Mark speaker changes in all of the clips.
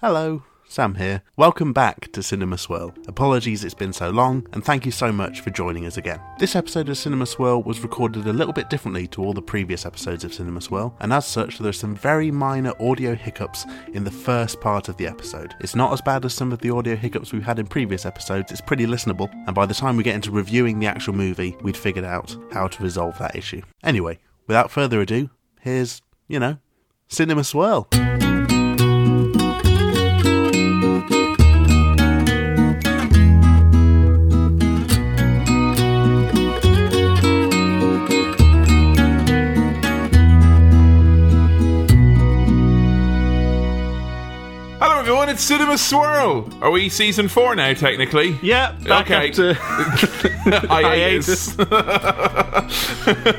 Speaker 1: Hello, Sam here. Welcome back to Cinema Swirl. Apologies it's been so long, and thank you so much for joining us again. This episode of Cinema Swirl was recorded a little bit differently to all the previous episodes of Cinema Swirl, and as such, there are some very minor audio hiccups in the first part of the episode. It's not as bad as some of the audio hiccups we've had in previous episodes, it's pretty listenable, and by the time we get into reviewing the actual movie, we'd figured out how to resolve that issue. Anyway, without further ado, here's, you know, Cinema Swirl.
Speaker 2: Hello, everyone. It's Cinema Swirl. Are we season four now, technically?
Speaker 3: Yeah, back
Speaker 2: Okay.
Speaker 3: after
Speaker 2: Hiatus.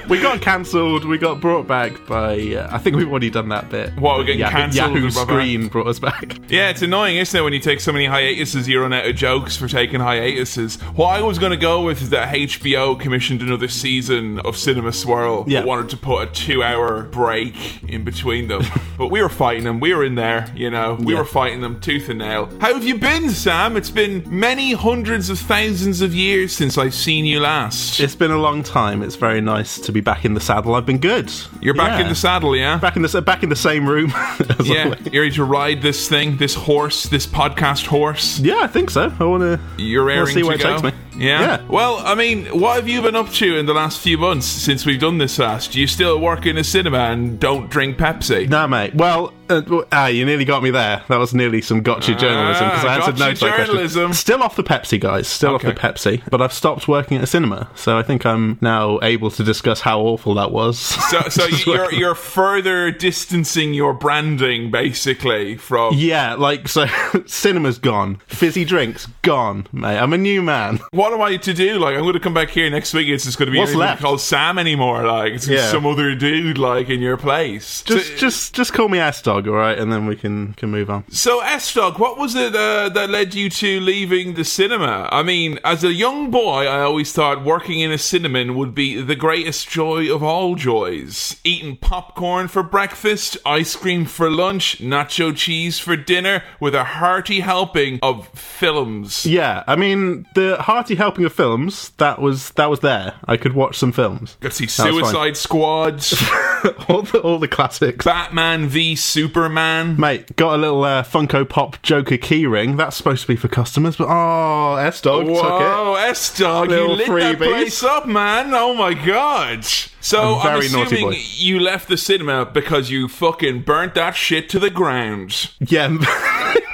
Speaker 3: we got cancelled, we got brought back by. Uh, I think we've already done that bit.
Speaker 2: What, we're getting
Speaker 3: Yahoo-
Speaker 2: cancelled
Speaker 3: Yahoo
Speaker 2: and brought back?
Speaker 3: Screen brought us back.
Speaker 2: yeah, it's annoying, isn't it, when you take so many hiatuses, you run out of jokes for taking hiatuses. What I was going to go with is that HBO commissioned another season of Cinema Swirl. but
Speaker 3: Yeah.
Speaker 2: wanted to put a two-hour break in between them, but we were fighting them. We were in there, you know. We
Speaker 3: Yeah.
Speaker 2: were fighting them tooth and nail. How have you been, Sam? It's been many hundreds of thousands of years since I've seen you last.
Speaker 3: It's been a long time. It's very nice to be back in the saddle. I've been good.
Speaker 2: You're back
Speaker 3: Yeah.
Speaker 2: in the saddle, yeah?
Speaker 3: Back in the back in the same room. as
Speaker 2: Yeah,
Speaker 3: always.
Speaker 2: you're ready to ride this thing, this horse, this podcast horse.
Speaker 3: yeah. I think so. I want to.
Speaker 2: You're airing
Speaker 3: see
Speaker 2: to
Speaker 3: where it
Speaker 2: go.
Speaker 3: takes me.
Speaker 2: Yeah?
Speaker 3: Yeah.
Speaker 2: Well, I mean, what have you been up to in the last few months since we've done this last? Do you still work in a cinema and don't drink Pepsi?
Speaker 3: Nah, mate. Well, uh, w- ah, you nearly got me there. That was nearly some gotcha journalism because I answered no
Speaker 2: gotcha
Speaker 3: to that question.
Speaker 2: journalism.
Speaker 3: Still off the Pepsi, guys. Still
Speaker 2: Okay.
Speaker 3: off the Pepsi. But I've stopped working at a cinema, so I think I'm now able to discuss how awful that was.
Speaker 2: So, so
Speaker 3: Just
Speaker 2: you're
Speaker 3: working-
Speaker 2: you're further distancing your branding basically from
Speaker 3: Yeah, like so. cinema's gone. Fizzy drinks gone, mate. I'm a new man.
Speaker 2: what am I to do? Like I'm going to come back here next week. It's just going to be
Speaker 3: What's
Speaker 2: anything
Speaker 3: left?
Speaker 2: called Sam anymore. Like it's
Speaker 3: Yeah.
Speaker 2: some other dude like in your place.
Speaker 3: Just,
Speaker 2: So-
Speaker 3: just, just call me ass dog, all right, and then we can can move on.
Speaker 2: So, S Dog, what was it uh, that led you to leaving the cinema? I mean, as a young boy, I always thought working in a cinema would be the greatest joy of all joys. Eating popcorn for breakfast, ice cream for lunch, nacho cheese for dinner, with a hearty helping of films.
Speaker 3: Yeah, I mean the hearty helping of films. That was that was there. I could watch some films.
Speaker 2: Got to see
Speaker 3: That was
Speaker 2: Suicide
Speaker 3: fine.
Speaker 2: Squad,
Speaker 3: all the all the classics.
Speaker 2: Batman v Superman.
Speaker 3: Mate, got a little uh, Funko Pop Joker keyring. That's supposed to be for customers, but oh, S Dog took it.
Speaker 2: Whoa, S Dog, you
Speaker 3: Little
Speaker 2: lit that
Speaker 3: freebies.
Speaker 2: place up, man! Oh my god! So
Speaker 3: A
Speaker 2: I'm
Speaker 3: very naughty
Speaker 2: assuming
Speaker 3: boy.
Speaker 2: you left the cinema because you fucking burnt that shit to the ground,
Speaker 3: Yeah,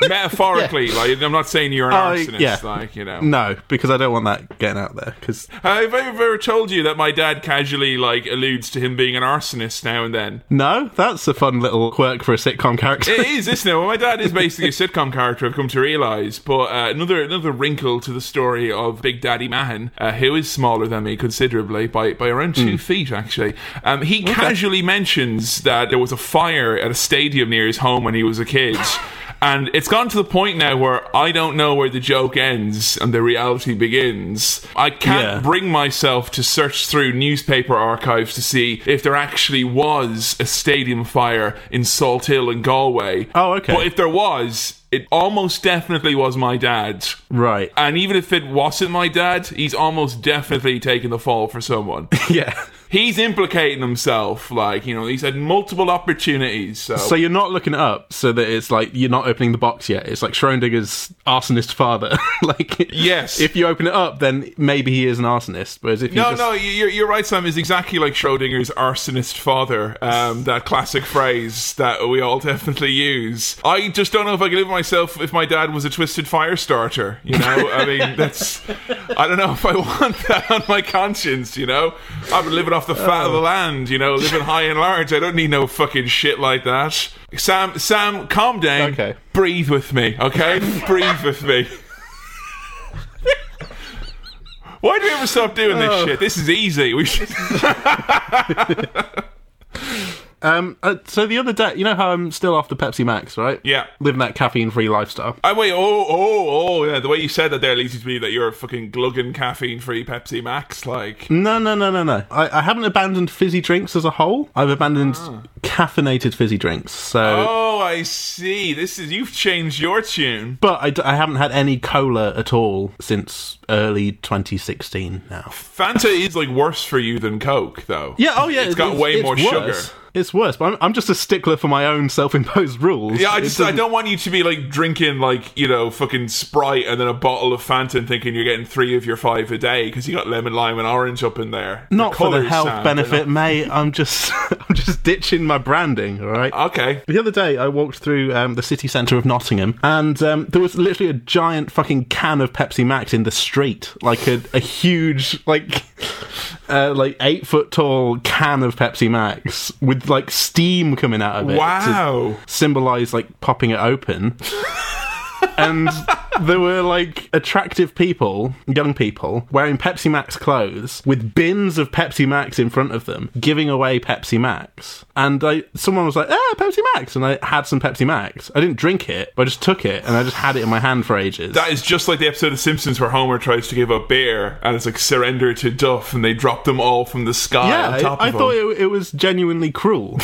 Speaker 2: metaphorically. Like I'm not saying you're an
Speaker 3: Uh,
Speaker 2: arsonist,
Speaker 3: yeah.
Speaker 2: like you know.
Speaker 3: no, because I don't want that getting out there. Because
Speaker 2: Have I ever told you that my dad casually like alludes to him being an arsonist now and then?
Speaker 3: no, that's a fun little quirk for a sitcom character.
Speaker 2: It is, isn't it? Well, my dad is basically a sitcom character. I've come to realise, but uh, another another wrinkle to the story of Big Daddy Mahan, uh, who is smaller than me considerably by by around
Speaker 3: Hmm.
Speaker 2: two feet, actually. Um, he casually mentions that there was a fire at a stadium near his home when he was a kid. And it's gone to the point now where I don't know where the joke ends and the reality begins. I can't
Speaker 3: Yeah.
Speaker 2: bring myself to search through newspaper archives to see if there actually was a stadium fire in Salt Hill in Galway.
Speaker 3: Oh, okay.
Speaker 2: But if there was, it almost definitely was my dad.
Speaker 3: right.
Speaker 2: And even if it wasn't my dad, he's almost definitely taking the fall for someone.
Speaker 3: yeah.
Speaker 2: he's implicating himself. Like, you know, he's had multiple opportunities. So,
Speaker 3: So you're not looking it up, so that it's like you're not opening the box yet. It's like Schrodinger's arsonist father. like,
Speaker 2: Yes.
Speaker 3: if you open it up, then maybe he is an arsonist. Whereas if you
Speaker 2: no,
Speaker 3: just,
Speaker 2: no, you- you're, you're right, Sam. It's exactly like Schrodinger's arsonist father, um, that classic phrase that we all definitely use. I just don't know if I could live with myself if my dad was a twisted fire starter, you know? I mean, that's. I don't know if I want that on my conscience, you know? I've been living off the fat
Speaker 3: Oh.
Speaker 2: of the land, you know, living high and large. I don't need no fucking shit like that. Sam, Sam, calm down.
Speaker 3: Okay.
Speaker 2: Breathe with me, okay? Breathe with me. Why do we
Speaker 3: Oh.
Speaker 2: ever stop doing this shit? This is easy. We should.
Speaker 3: Um, uh, so the other day, you know how I'm still after Pepsi Max, right?
Speaker 2: Yeah.
Speaker 3: Living that caffeine-free lifestyle.
Speaker 2: I wait. Oh, oh, oh! Yeah, the way you said that there leads you to believe that you're a fucking glugging caffeine-free Pepsi Max. Like,
Speaker 3: No, no, no, no, no. I, I haven't abandoned fizzy drinks as a whole. I've abandoned caffeinated fizzy drinks. So,
Speaker 2: Ah. oh, I see. This is you've changed your tune.
Speaker 3: but I, d- I haven't had any cola at all since early 2016. Now.
Speaker 2: Fanta is like worse for you than Coke, though.
Speaker 3: Yeah. Oh, yeah.
Speaker 2: It's got way more
Speaker 3: worse.
Speaker 2: sugar.
Speaker 3: It's worse, but I'm, I'm just a stickler for my own self-imposed rules.
Speaker 2: Yeah, I
Speaker 3: It
Speaker 2: just I
Speaker 3: doesn't-
Speaker 2: don't want you to be like drinking like you know fucking Sprite and then a bottle of Fanta and thinking you're getting three of your five a day because you got lemon, lime, and orange up in there.
Speaker 3: not for the
Speaker 2: colours,
Speaker 3: health
Speaker 2: Sam, they're not-
Speaker 3: benefit, mate. I'm just, I'm just ditching my branding. All right.
Speaker 2: Okay.
Speaker 3: The other day, I walked through um, the city centre of Nottingham, and um, there was literally a giant fucking can of Pepsi Max in the street, like a, a huge, like, uh, like eight foot tall can of Pepsi Max with like steam coming out of it.
Speaker 2: Wow.
Speaker 3: To symbolise like popping it open. and there were like attractive people, young people, wearing Pepsi Max clothes with bins of Pepsi Max in front of them, giving away Pepsi Max. And I, someone was like, "Ah, Pepsi Max," and I had some Pepsi Max. I didn't drink it, but I just took it and I just had it in my hand for ages.
Speaker 2: That is just like the episode of Simpsons where Homer tries to give up beer and it's like surrender to Duff and they drop them all from the sky
Speaker 3: yeah,
Speaker 2: on top
Speaker 3: I, I
Speaker 2: of
Speaker 3: thought
Speaker 2: him.
Speaker 3: it, it was genuinely cruel.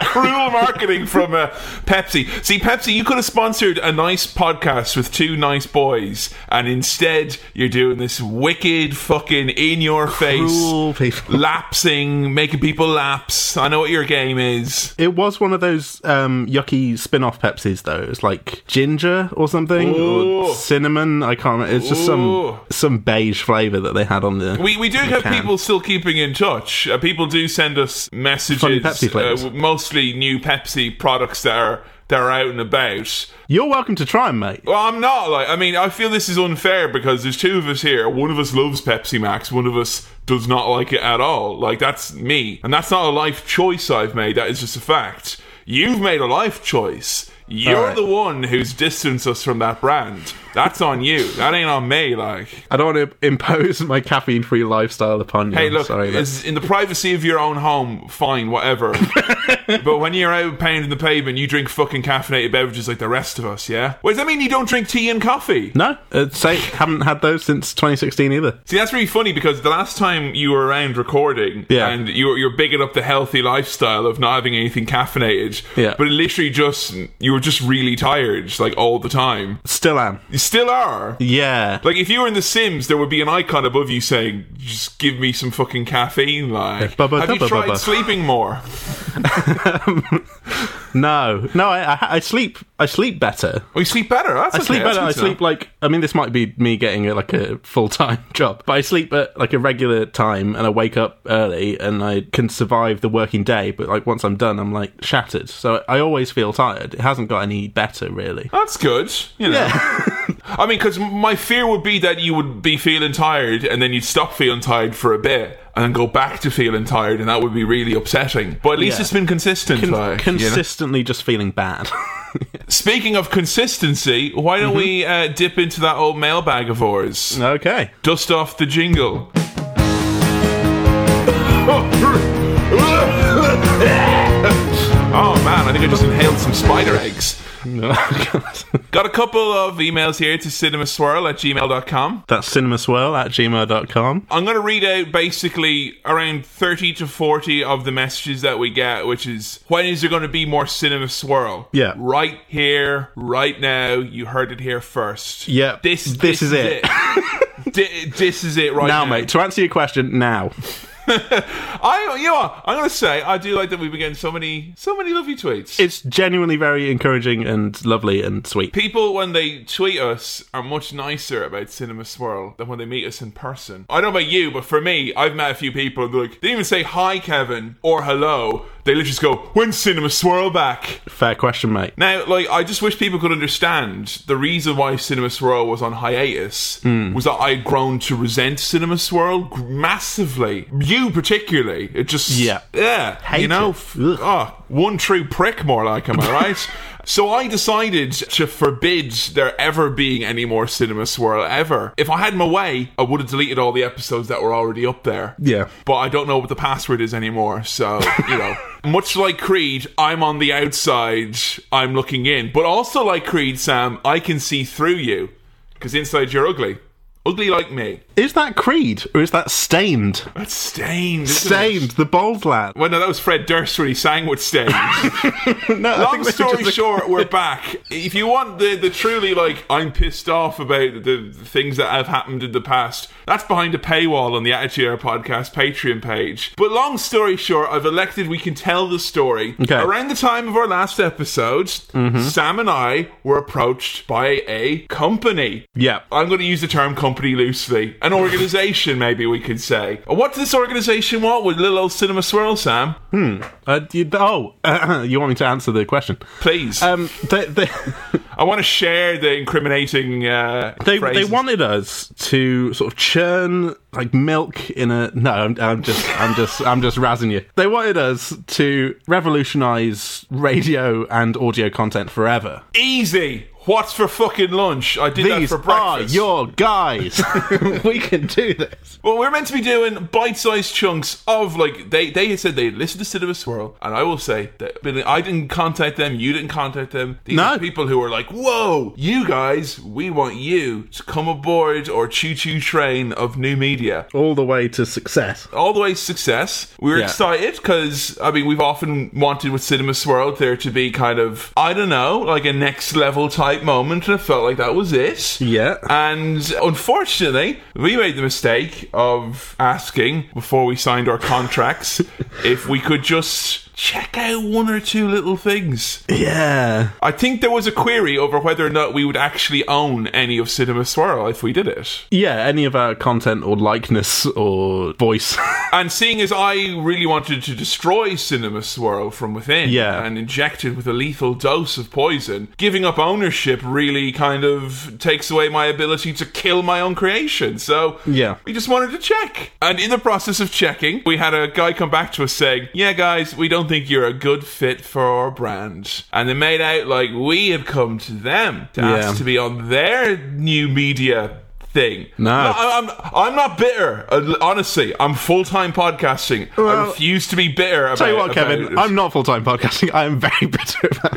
Speaker 2: Cruel marketing from uh, Pepsi. See, Pepsi, you could have sponsored a nice podcast with two nice boys and instead you're doing this wicked fucking in your face
Speaker 3: Cruel people.
Speaker 2: lapsing, making people lapse. I know what your game is.
Speaker 3: It was one of those um, yucky spin-off Pepsis, though. It was like ginger or something,
Speaker 2: Ooh.
Speaker 3: or cinnamon. I can't. remember. It's just
Speaker 2: Ooh.
Speaker 3: some some beige flavour that they had on the.
Speaker 2: We, we do have
Speaker 3: can.
Speaker 2: people still keeping in touch. Uh, people do send us
Speaker 3: Funny
Speaker 2: messages,
Speaker 3: Pepsi flavours.
Speaker 2: w- mostly new Pepsi products that are that are out and about.
Speaker 3: You're welcome to try 'em, mate.
Speaker 2: Well, I'm not like I mean I feel this is unfair because there's two of us here. One of us loves Pepsi Max. One of us does not like it at all. Like that's me, and that's not a life choice I've made. That is just a fact. You've made a life choice. You're
Speaker 3: Alright.
Speaker 2: the one who's distanced us from that brand. That's on you. That ain't on me. Like.
Speaker 3: I don't want to impose my caffeine-free lifestyle upon you.
Speaker 2: Hey,
Speaker 3: I'm
Speaker 2: look,
Speaker 3: sorry, that's-
Speaker 2: it's in the privacy of your own home, fine, whatever. but when you're out pounding the pavement, you drink fucking caffeinated beverages like the rest of us, yeah? Well, does that mean you don't drink tea and coffee?
Speaker 3: no, uh, say haven't had those since 2016 either.
Speaker 2: See, that's really funny because the last time you were around recording,
Speaker 3: Yeah.
Speaker 2: and you were, you're bigging up the healthy lifestyle of not having anything caffeinated,
Speaker 3: Yeah.
Speaker 2: but it literally just, you were just really tired, like all the time.
Speaker 3: Still am.
Speaker 2: You still are.
Speaker 3: Yeah.
Speaker 2: Like, if you were in The Sims, there would be an icon above you saying, just give me some fucking caffeine, like.
Speaker 3: Bubba
Speaker 2: Have you
Speaker 3: dubba
Speaker 2: tried
Speaker 3: bubba.
Speaker 2: sleeping more?
Speaker 3: No, no. I, I I sleep. I sleep better.
Speaker 2: Oh, you sleep better. That's
Speaker 3: I sleep better. I sleep
Speaker 2: Like-
Speaker 3: like I mean, this might be me getting uh, like a full time job, but I sleep at like a regular time, and I wake up early, and I can survive the working day. But like once I'm done, I'm like shattered. So I always feel tired. It hasn't got any better really.
Speaker 2: that's good. You know. I mean, because my fear would be that you would be feeling tired, and then you'd stop feeling tired for a bit, and then go back to feeling tired, and that would be really upsetting. But at least
Speaker 3: Yeah.
Speaker 2: it's been consistent.
Speaker 3: Con-
Speaker 2: like, you know?
Speaker 3: consistently just feeling bad.
Speaker 2: Speaking of consistency, why don't we uh,
Speaker 3: Mm-hmm.
Speaker 2: dip into that old mailbag of ours?
Speaker 3: okay.
Speaker 2: Dust off the jingle. oh man, I think I just inhaled some spider eggs. Got a couple of emails here to cinemaswirl at gmail.com.
Speaker 3: That's cinemaswirl at gmail.com.
Speaker 2: I'm going to read out basically around 30 to 40 of the messages that we get, which is when is there going to be more Cinema Swirl?
Speaker 3: Yeah.
Speaker 2: Right here, right now. You heard it here first.
Speaker 3: Yep.
Speaker 2: This,
Speaker 3: This
Speaker 2: this,
Speaker 3: is
Speaker 2: is,
Speaker 3: it.
Speaker 2: it. Thi- this is it right
Speaker 3: Now,
Speaker 2: now.
Speaker 3: mate, to answer your question, now.
Speaker 2: I, you know what? I'm going to say, I do like that we've been getting so many, so many lovely tweets.
Speaker 3: It's genuinely very encouraging and lovely and sweet.
Speaker 2: People, when they tweet us, are much nicer about Cinema Swirl than when they meet us in person. I don't know about you, but for me, I've met a few people and they're like, they didn't even say hi, Kevin, or hello. They literally just go, when's Cinema Swirl back?
Speaker 3: Fair question, mate.
Speaker 2: Now, like, I just wish people could understand the reason why Cinema Swirl was on hiatus
Speaker 3: Hmm.
Speaker 2: was that I had grown to resent Cinema Swirl gr- massively. You particularly, it just
Speaker 3: Yeah.
Speaker 2: yeah,
Speaker 3: Hate
Speaker 2: you know,
Speaker 3: it.
Speaker 2: f-
Speaker 3: Ugh.
Speaker 2: oh One true prick, more like, am I right? So I decided to forbid there ever being any more Cinema Swirl ever. If I had my way, I would have deleted all the episodes that were already up there.
Speaker 3: Yeah.
Speaker 2: But I don't know what the password is anymore, so, you know. Much like Creed, I'm on the outside, I'm looking in. But also like Creed, Sam, I can see through you. Because inside you're ugly. Ugly like me.
Speaker 3: Is that Creed or is that Stained?
Speaker 2: That's stained. isn't it?
Speaker 3: Stained, the bald lad.
Speaker 2: Well, no, that was Fred Durst when he sang with Stained.
Speaker 3: No, I
Speaker 2: Long
Speaker 3: think they
Speaker 2: story
Speaker 3: just-
Speaker 2: short, we're back. If you want the, the truly like I'm pissed off about the, the things that have happened in the past, that's behind a paywall on the Attitude Era podcast Patreon page. But long story short, I've elected we can tell the story.
Speaker 3: Okay. Mm-hmm.
Speaker 2: Around the time of our last episode, Sam and I were approached by a company.
Speaker 3: Yeah.
Speaker 2: I'm going to use the term company loosely. An organization, maybe we could say. What does this organization want with little old Cinema Swirl, Sam?
Speaker 3: Uh, you, oh, you want me to answer the question?
Speaker 2: Please.
Speaker 3: Um, they, they,
Speaker 2: I want to share the incriminating. Uh,
Speaker 3: they, they
Speaker 2: phrases.
Speaker 3: wanted us to sort of churn like milk in a. No, I'm, I'm just, I'm just, I'm just razzing you. They wanted us to revolutionise radio and audio content forever.
Speaker 2: easy. What's for fucking lunch? I did
Speaker 3: These
Speaker 2: that for
Speaker 3: are
Speaker 2: breakfast.
Speaker 3: your guys. we can do this.
Speaker 2: well, we're meant to be doing bite-sized chunks of like they they said they listened to Cinema Swirl, and I will say that Billy, I didn't contact them. You didn't contact them. These
Speaker 3: No.
Speaker 2: are people who are like, whoa, you guys, we want you to come aboard our choo-choo train of new media.
Speaker 3: All the way to success.
Speaker 2: all the way to success. We were
Speaker 3: Yeah.
Speaker 2: excited because I mean we've often wanted with Cinema Swirl there to be kind of I don't know like a next level type moment, and I felt like that was it.
Speaker 3: Yeah.
Speaker 2: And unfortunately, we made the mistake of asking before we signed our contracts if we could just check out one or two little things.
Speaker 3: Yeah.
Speaker 2: I think there was a query over whether or not we would actually own any of Cinema Swirl if we did it.
Speaker 3: Yeah, any of our content or likeness or voice.
Speaker 2: And seeing as I really wanted to destroy Cinema Swirl from within
Speaker 3: Yeah.
Speaker 2: and inject it with a lethal dose of poison, giving up ownership really kind of takes away my ability to kill my own creation. So
Speaker 3: Yeah.
Speaker 2: we just wanted to check. And in the process of checking, we had a guy come back to us saying, Yeah, guys, we don't think you're a good fit for our brand. And they made out like we had come to them to
Speaker 3: Yeah.
Speaker 2: ask to be on their new media thing.
Speaker 3: No.
Speaker 2: I- I'm I'm not bitter. Uh, Honestly, I'm full time podcasting. I
Speaker 3: Well-
Speaker 2: refuse to be bitter. About,
Speaker 3: Tell you what,
Speaker 2: about
Speaker 3: Kevin,
Speaker 2: this.
Speaker 3: I'm not full time podcasting. I am very bitter about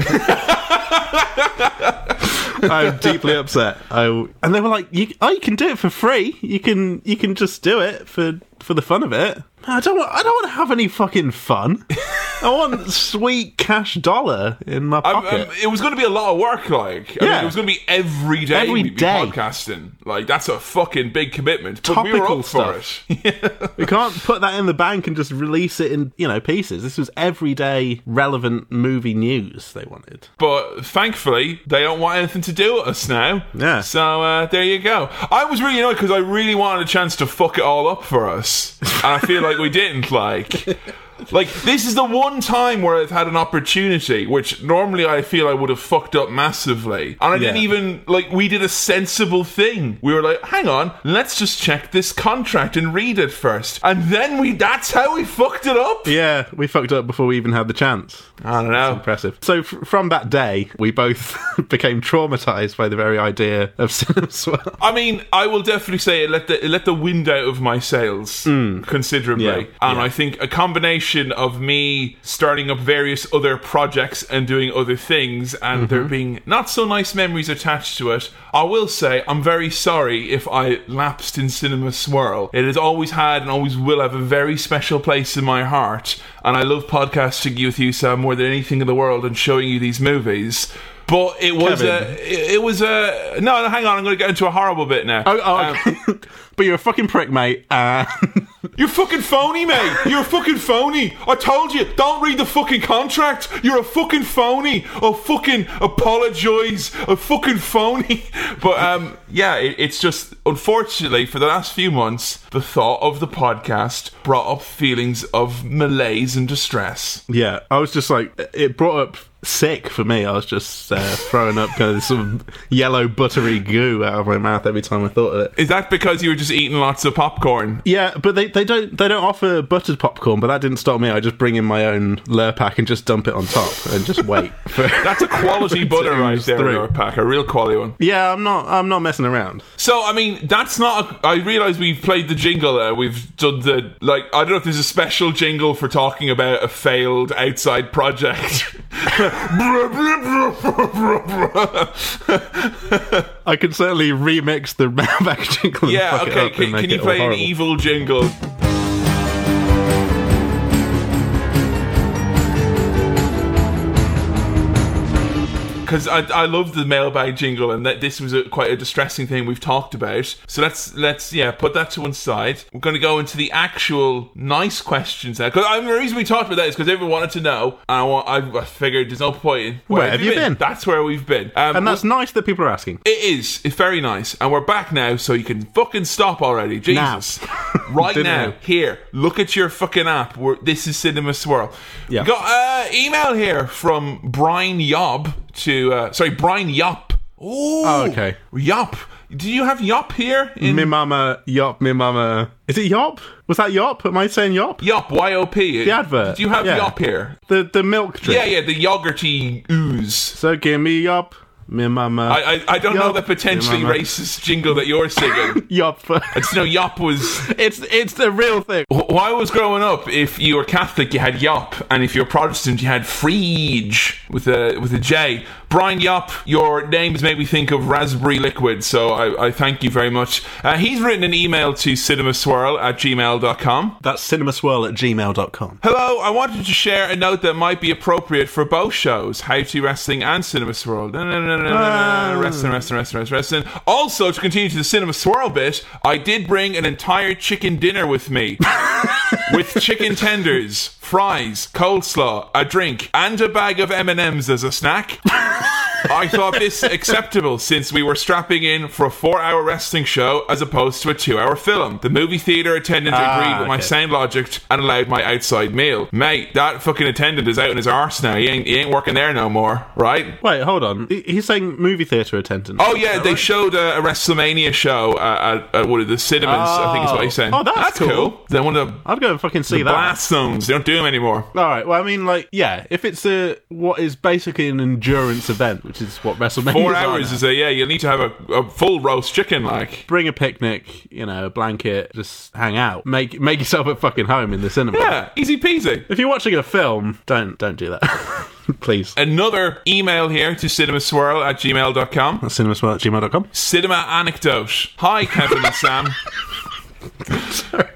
Speaker 3: it. I'm deeply upset. I, and they were like, you, "Oh, you can do it for free. You can, you can just do it for for the fun of it." I don't, want, I don't want to have any fucking fun. I want sweet cash dollar in my
Speaker 2: I'm-
Speaker 3: pocket.
Speaker 2: I'm- it was going to be a lot of work. Like, I mean,
Speaker 3: Yeah.
Speaker 2: it was going to be every day.
Speaker 3: Every
Speaker 2: we'd be
Speaker 3: day.
Speaker 2: podcasting. Like, that's a fucking big commitment. But we were
Speaker 3: Topical
Speaker 2: up
Speaker 3: stuff.
Speaker 2: for it.
Speaker 3: we can't put that in the bank and just release it in you know pieces. This was everyday relevant movie news they wanted.
Speaker 2: But thankfully, they don't want anything to do with us now.
Speaker 3: Yeah.
Speaker 2: So uh, there you go. I was really annoyed because I really wanted a chance to fuck it all up for us, and I feel like we didn't. Like, like this is the one time where I've had an opportunity, which normally I feel I would have fucked up massively, and I didn't
Speaker 3: Yeah.
Speaker 2: even like. We did a sensible thing. We were like, hang on, let's just check this contract and read it first, and then we. That's how we fucked it up.
Speaker 3: Yeah, we fucked up before we even had the chance.
Speaker 2: I don't know.
Speaker 3: Impressive. So f- from that day, we both became traumatized by the very idea of Oh, cinema swirl.
Speaker 2: I mean, I will definitely say it let the it let the wind out of my sails considerably,
Speaker 3: Mm. Yeah,
Speaker 2: and I think a combination of me starting up various other projects and doing other things,
Speaker 3: Mm-hmm.
Speaker 2: and there being not so nice memories attached to it. I will say I'm very sorry if I lapsed in cinema swirl. It has always had and always will have a very special place in my heart, and I love podcasting with you, Sam, more than anything in the world, and showing you these movies. But it was
Speaker 3: Kevin.
Speaker 2: a it, it was a no, no. Hang on, I'm going to get into a horrible bit now.
Speaker 3: Oh, oh,
Speaker 2: Um,
Speaker 3: okay. but you're a fucking prick, mate. Uh,
Speaker 2: you're fucking phony, mate. You're a fucking phony. I told you, don't read the fucking contract. You're a fucking phony. I fucking apologise. A fucking phony. But um, yeah, it, it's just unfortunately for the last few months, the thought of the podcast brought up feelings of malaise and distress.
Speaker 3: yeah, I was just like, it brought up sick for me. I was just uh, throwing up kind of this sort of yellow buttery goo out of my mouth every time I thought of it.
Speaker 2: Is that because you were just eating lots of popcorn?
Speaker 3: Yeah, but they, they don't they don't offer buttered popcorn, but that didn't stop me. I just bring in my own Lurpak and just dump it on top and just wait. For
Speaker 2: That's a quality butter right there,
Speaker 3: Through.
Speaker 2: Laura Pack. A real quality one.
Speaker 3: yeah, I'm not I'm not messing around.
Speaker 2: So, I mean, that's not. A, I realize we've played the jingle there. We've done the. Like, I don't know if there's a special jingle for talking about a failed outside project.
Speaker 3: I can certainly remix the Malbec jingle. and
Speaker 2: yeah,
Speaker 3: fuck it
Speaker 2: okay.
Speaker 3: up and
Speaker 2: Can,
Speaker 3: make
Speaker 2: can
Speaker 3: it
Speaker 2: you
Speaker 3: all
Speaker 2: play an
Speaker 3: horrible.
Speaker 2: evil jingle? Because I, I love the mailbag jingle, and that this was a, quite a distressing thing we've talked about. So let's let's yeah put that to one side. We're going to go into the actual nice questions now. Because the reason we talked about that is because everyone wanted to know. And I want I, I figured there's no point. in-
Speaker 3: Where have you been?
Speaker 2: That's where we've been. Um,
Speaker 3: And that's nice that people are asking.
Speaker 2: it is. It's very nice. And we're back now, so you can fucking stop already. Jesus. right
Speaker 3: Didn't
Speaker 2: now.
Speaker 3: we?
Speaker 2: Here. Look at your fucking app. We're, this is Cinema Swirl.
Speaker 3: Yeah.
Speaker 2: We got uh, email here from Brian Yob to. Uh, sorry, Brian Yop. Ooh,
Speaker 3: Oh, okay. Mm.
Speaker 2: Yop. Do you have Yop here? In
Speaker 3: Me mama, yop, me mama. Is it yop? Was that yop? Am I saying yop?
Speaker 2: Yop, Y O P. The
Speaker 3: advert.
Speaker 2: Do you have
Speaker 3: Yeah.
Speaker 2: Yop here?
Speaker 3: The the milk drink.
Speaker 2: Yeah, yeah, the yogurty ooze.
Speaker 3: So give me yop, me mama.
Speaker 2: I, I, I don't know
Speaker 3: Yop.
Speaker 2: the potentially
Speaker 3: Yeah, mama.
Speaker 2: racist jingle that you're singing.
Speaker 3: yop.
Speaker 2: it's no, Yop was
Speaker 3: it's it's the real thing.
Speaker 2: Wh- When I was growing up, if you were Catholic, you had Yop, and if you were Protestant, you had Frege with a with a J. Brian Yop, your name has made me think of raspberry liquid, so I, I thank you very much. Uh, he's written an email to cinemaswirl at gmail.com.
Speaker 1: That's cinemaswirl at gmail.com.
Speaker 2: Hello, I wanted to share a note that might be appropriate for both shows, How to Wrestling and Cinema Swirl. No, no, no, no, no, no, no, wrestling, wrestling, wrestling, wrestling, wrestling. Also, to continue to the Cinema Swirl bit, I did bring an entire chicken dinner with me. with chicken tenders, fries, coleslaw, a drink, and a bag of M&Ms as a snack. I thought this acceptable since we were strapping in for a four-hour wrestling show as opposed to a two-hour film. The movie theater attendant agreed with my
Speaker 3: Ah, okay.
Speaker 2: sound logic and allowed my outside meal. Mate, that fucking attendant is out in his arse now. He ain't, he ain't working there no more, right?
Speaker 3: Wait, hold on. He- He's saying movie theater attendant.
Speaker 2: Oh yeah, they showed uh, a WrestleMania show uh, at, at one of the cinemas. I think is what he's saying.
Speaker 3: Oh, that's cool. Ah.
Speaker 2: Then one of the
Speaker 3: I'd go and fucking see that.
Speaker 2: blast zones. They don't do them anymore.
Speaker 3: All right. Well, I mean, like, yeah. If it's a what is basically an endurance event, which is what WrestleMania
Speaker 2: Four hours is a yeah. You need to have a, a full roast chicken, like.
Speaker 3: Bring a picnic, you know, a blanket, just hang out. Make make yourself at fucking home in the cinema.
Speaker 2: Yeah, easy peasy.
Speaker 3: If you're watching a film, don't don't do that, please.
Speaker 2: Another email here to cinemaswirl at gmail.com.
Speaker 3: Cinemaswirl at gmail.com.
Speaker 2: Cinema anecdote. Hi, Kevin and Sam.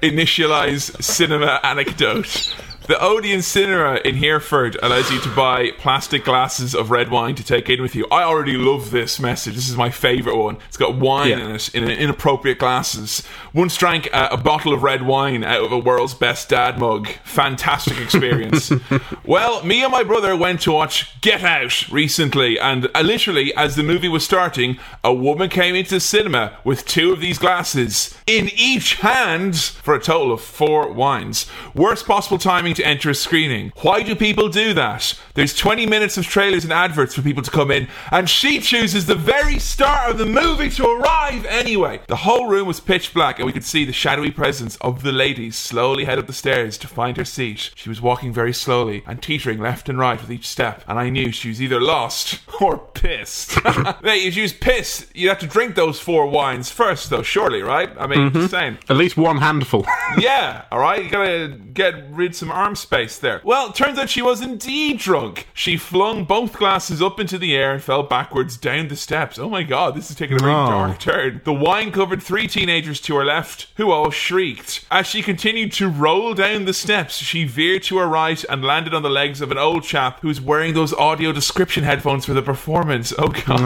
Speaker 2: Initialize cinema anecdote. The Odeon Cinema in Hereford allows you to buy plastic glasses of red wine to take in with you. I already love this message. This is my favourite one. It's got wine
Speaker 3: Yeah.
Speaker 2: in it in inappropriate glasses. Once drank uh, a bottle of red wine out of a world's best dad mug. Fantastic experience. well, me and my brother went to watch Get Out recently, and uh, literally, as the movie was starting, a woman came into the cinema with two of these glasses in each hand for a total of four wines. Worst possible timing to enter a screening. Why do people do that? There's 20 minutes of trailers and adverts for people to come in, and she chooses the very start of the movie to arrive anyway. The whole room was pitch black, and we could see the shadowy presence of the lady slowly head up the stairs to find her seat. She was walking very slowly and teetering left and right with each step, and I knew she was either lost or pissed. Mate, if she was pissed, you'd have to drink those four wines first, though, surely, right? I mean, just saying.
Speaker 3: At least one handful.
Speaker 2: Yeah, all right. You gotta get rid some arm space there. Well, turns out she was indeed drunk. She flung both glasses up into the air and fell backwards down the steps. Oh my god, this is taking a very
Speaker 3: No.
Speaker 2: dark turn. The wine covered three teenagers to her left, who all shrieked. As she continued to roll down the steps, she veered to her right and landed on the legs of an old chap who was wearing those audio description headphones for the performance. Oh god.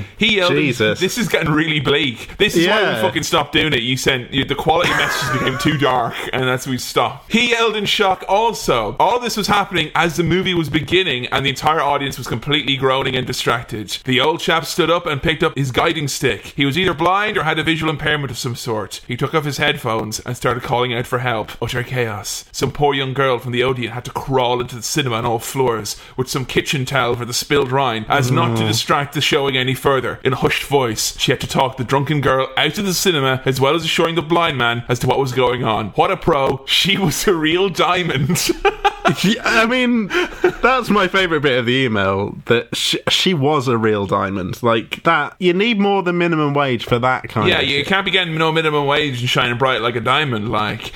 Speaker 3: Oh,
Speaker 2: he yelled,
Speaker 3: Jesus.
Speaker 2: This is getting really bleak. This is why we
Speaker 3: Yeah.
Speaker 2: fucking fucking stopped doing it. You sent you, the quality messages became too dark, and that's when we stopped. He yelled in shock, also, all this was happening as the movie was beginning, and the entire audience was completely groaning and distracted. The old chap stood up and picked up his guiding stick. He was either blind or had a visual impairment of some sort. He took off his headphones and started calling out for help. Utter chaos. Some poor young girl from the Odeon had to crawl into the cinema on all floors with some kitchen towel for the spilled rind, as not to distract the showing any further. In a hushed voice, she had to talk the drunken girl out of the cinema, as well as assuring the blind man as to what was going on. What a pro! She was a real diamond.
Speaker 3: Yeah, I mean, that's my favorite bit of the email. That she, she was a real diamond. Like that, you need more than minimum wage for that kind.
Speaker 2: Yeah,
Speaker 3: of
Speaker 2: you can't be getting no minimum wage and shining bright like a diamond. Like,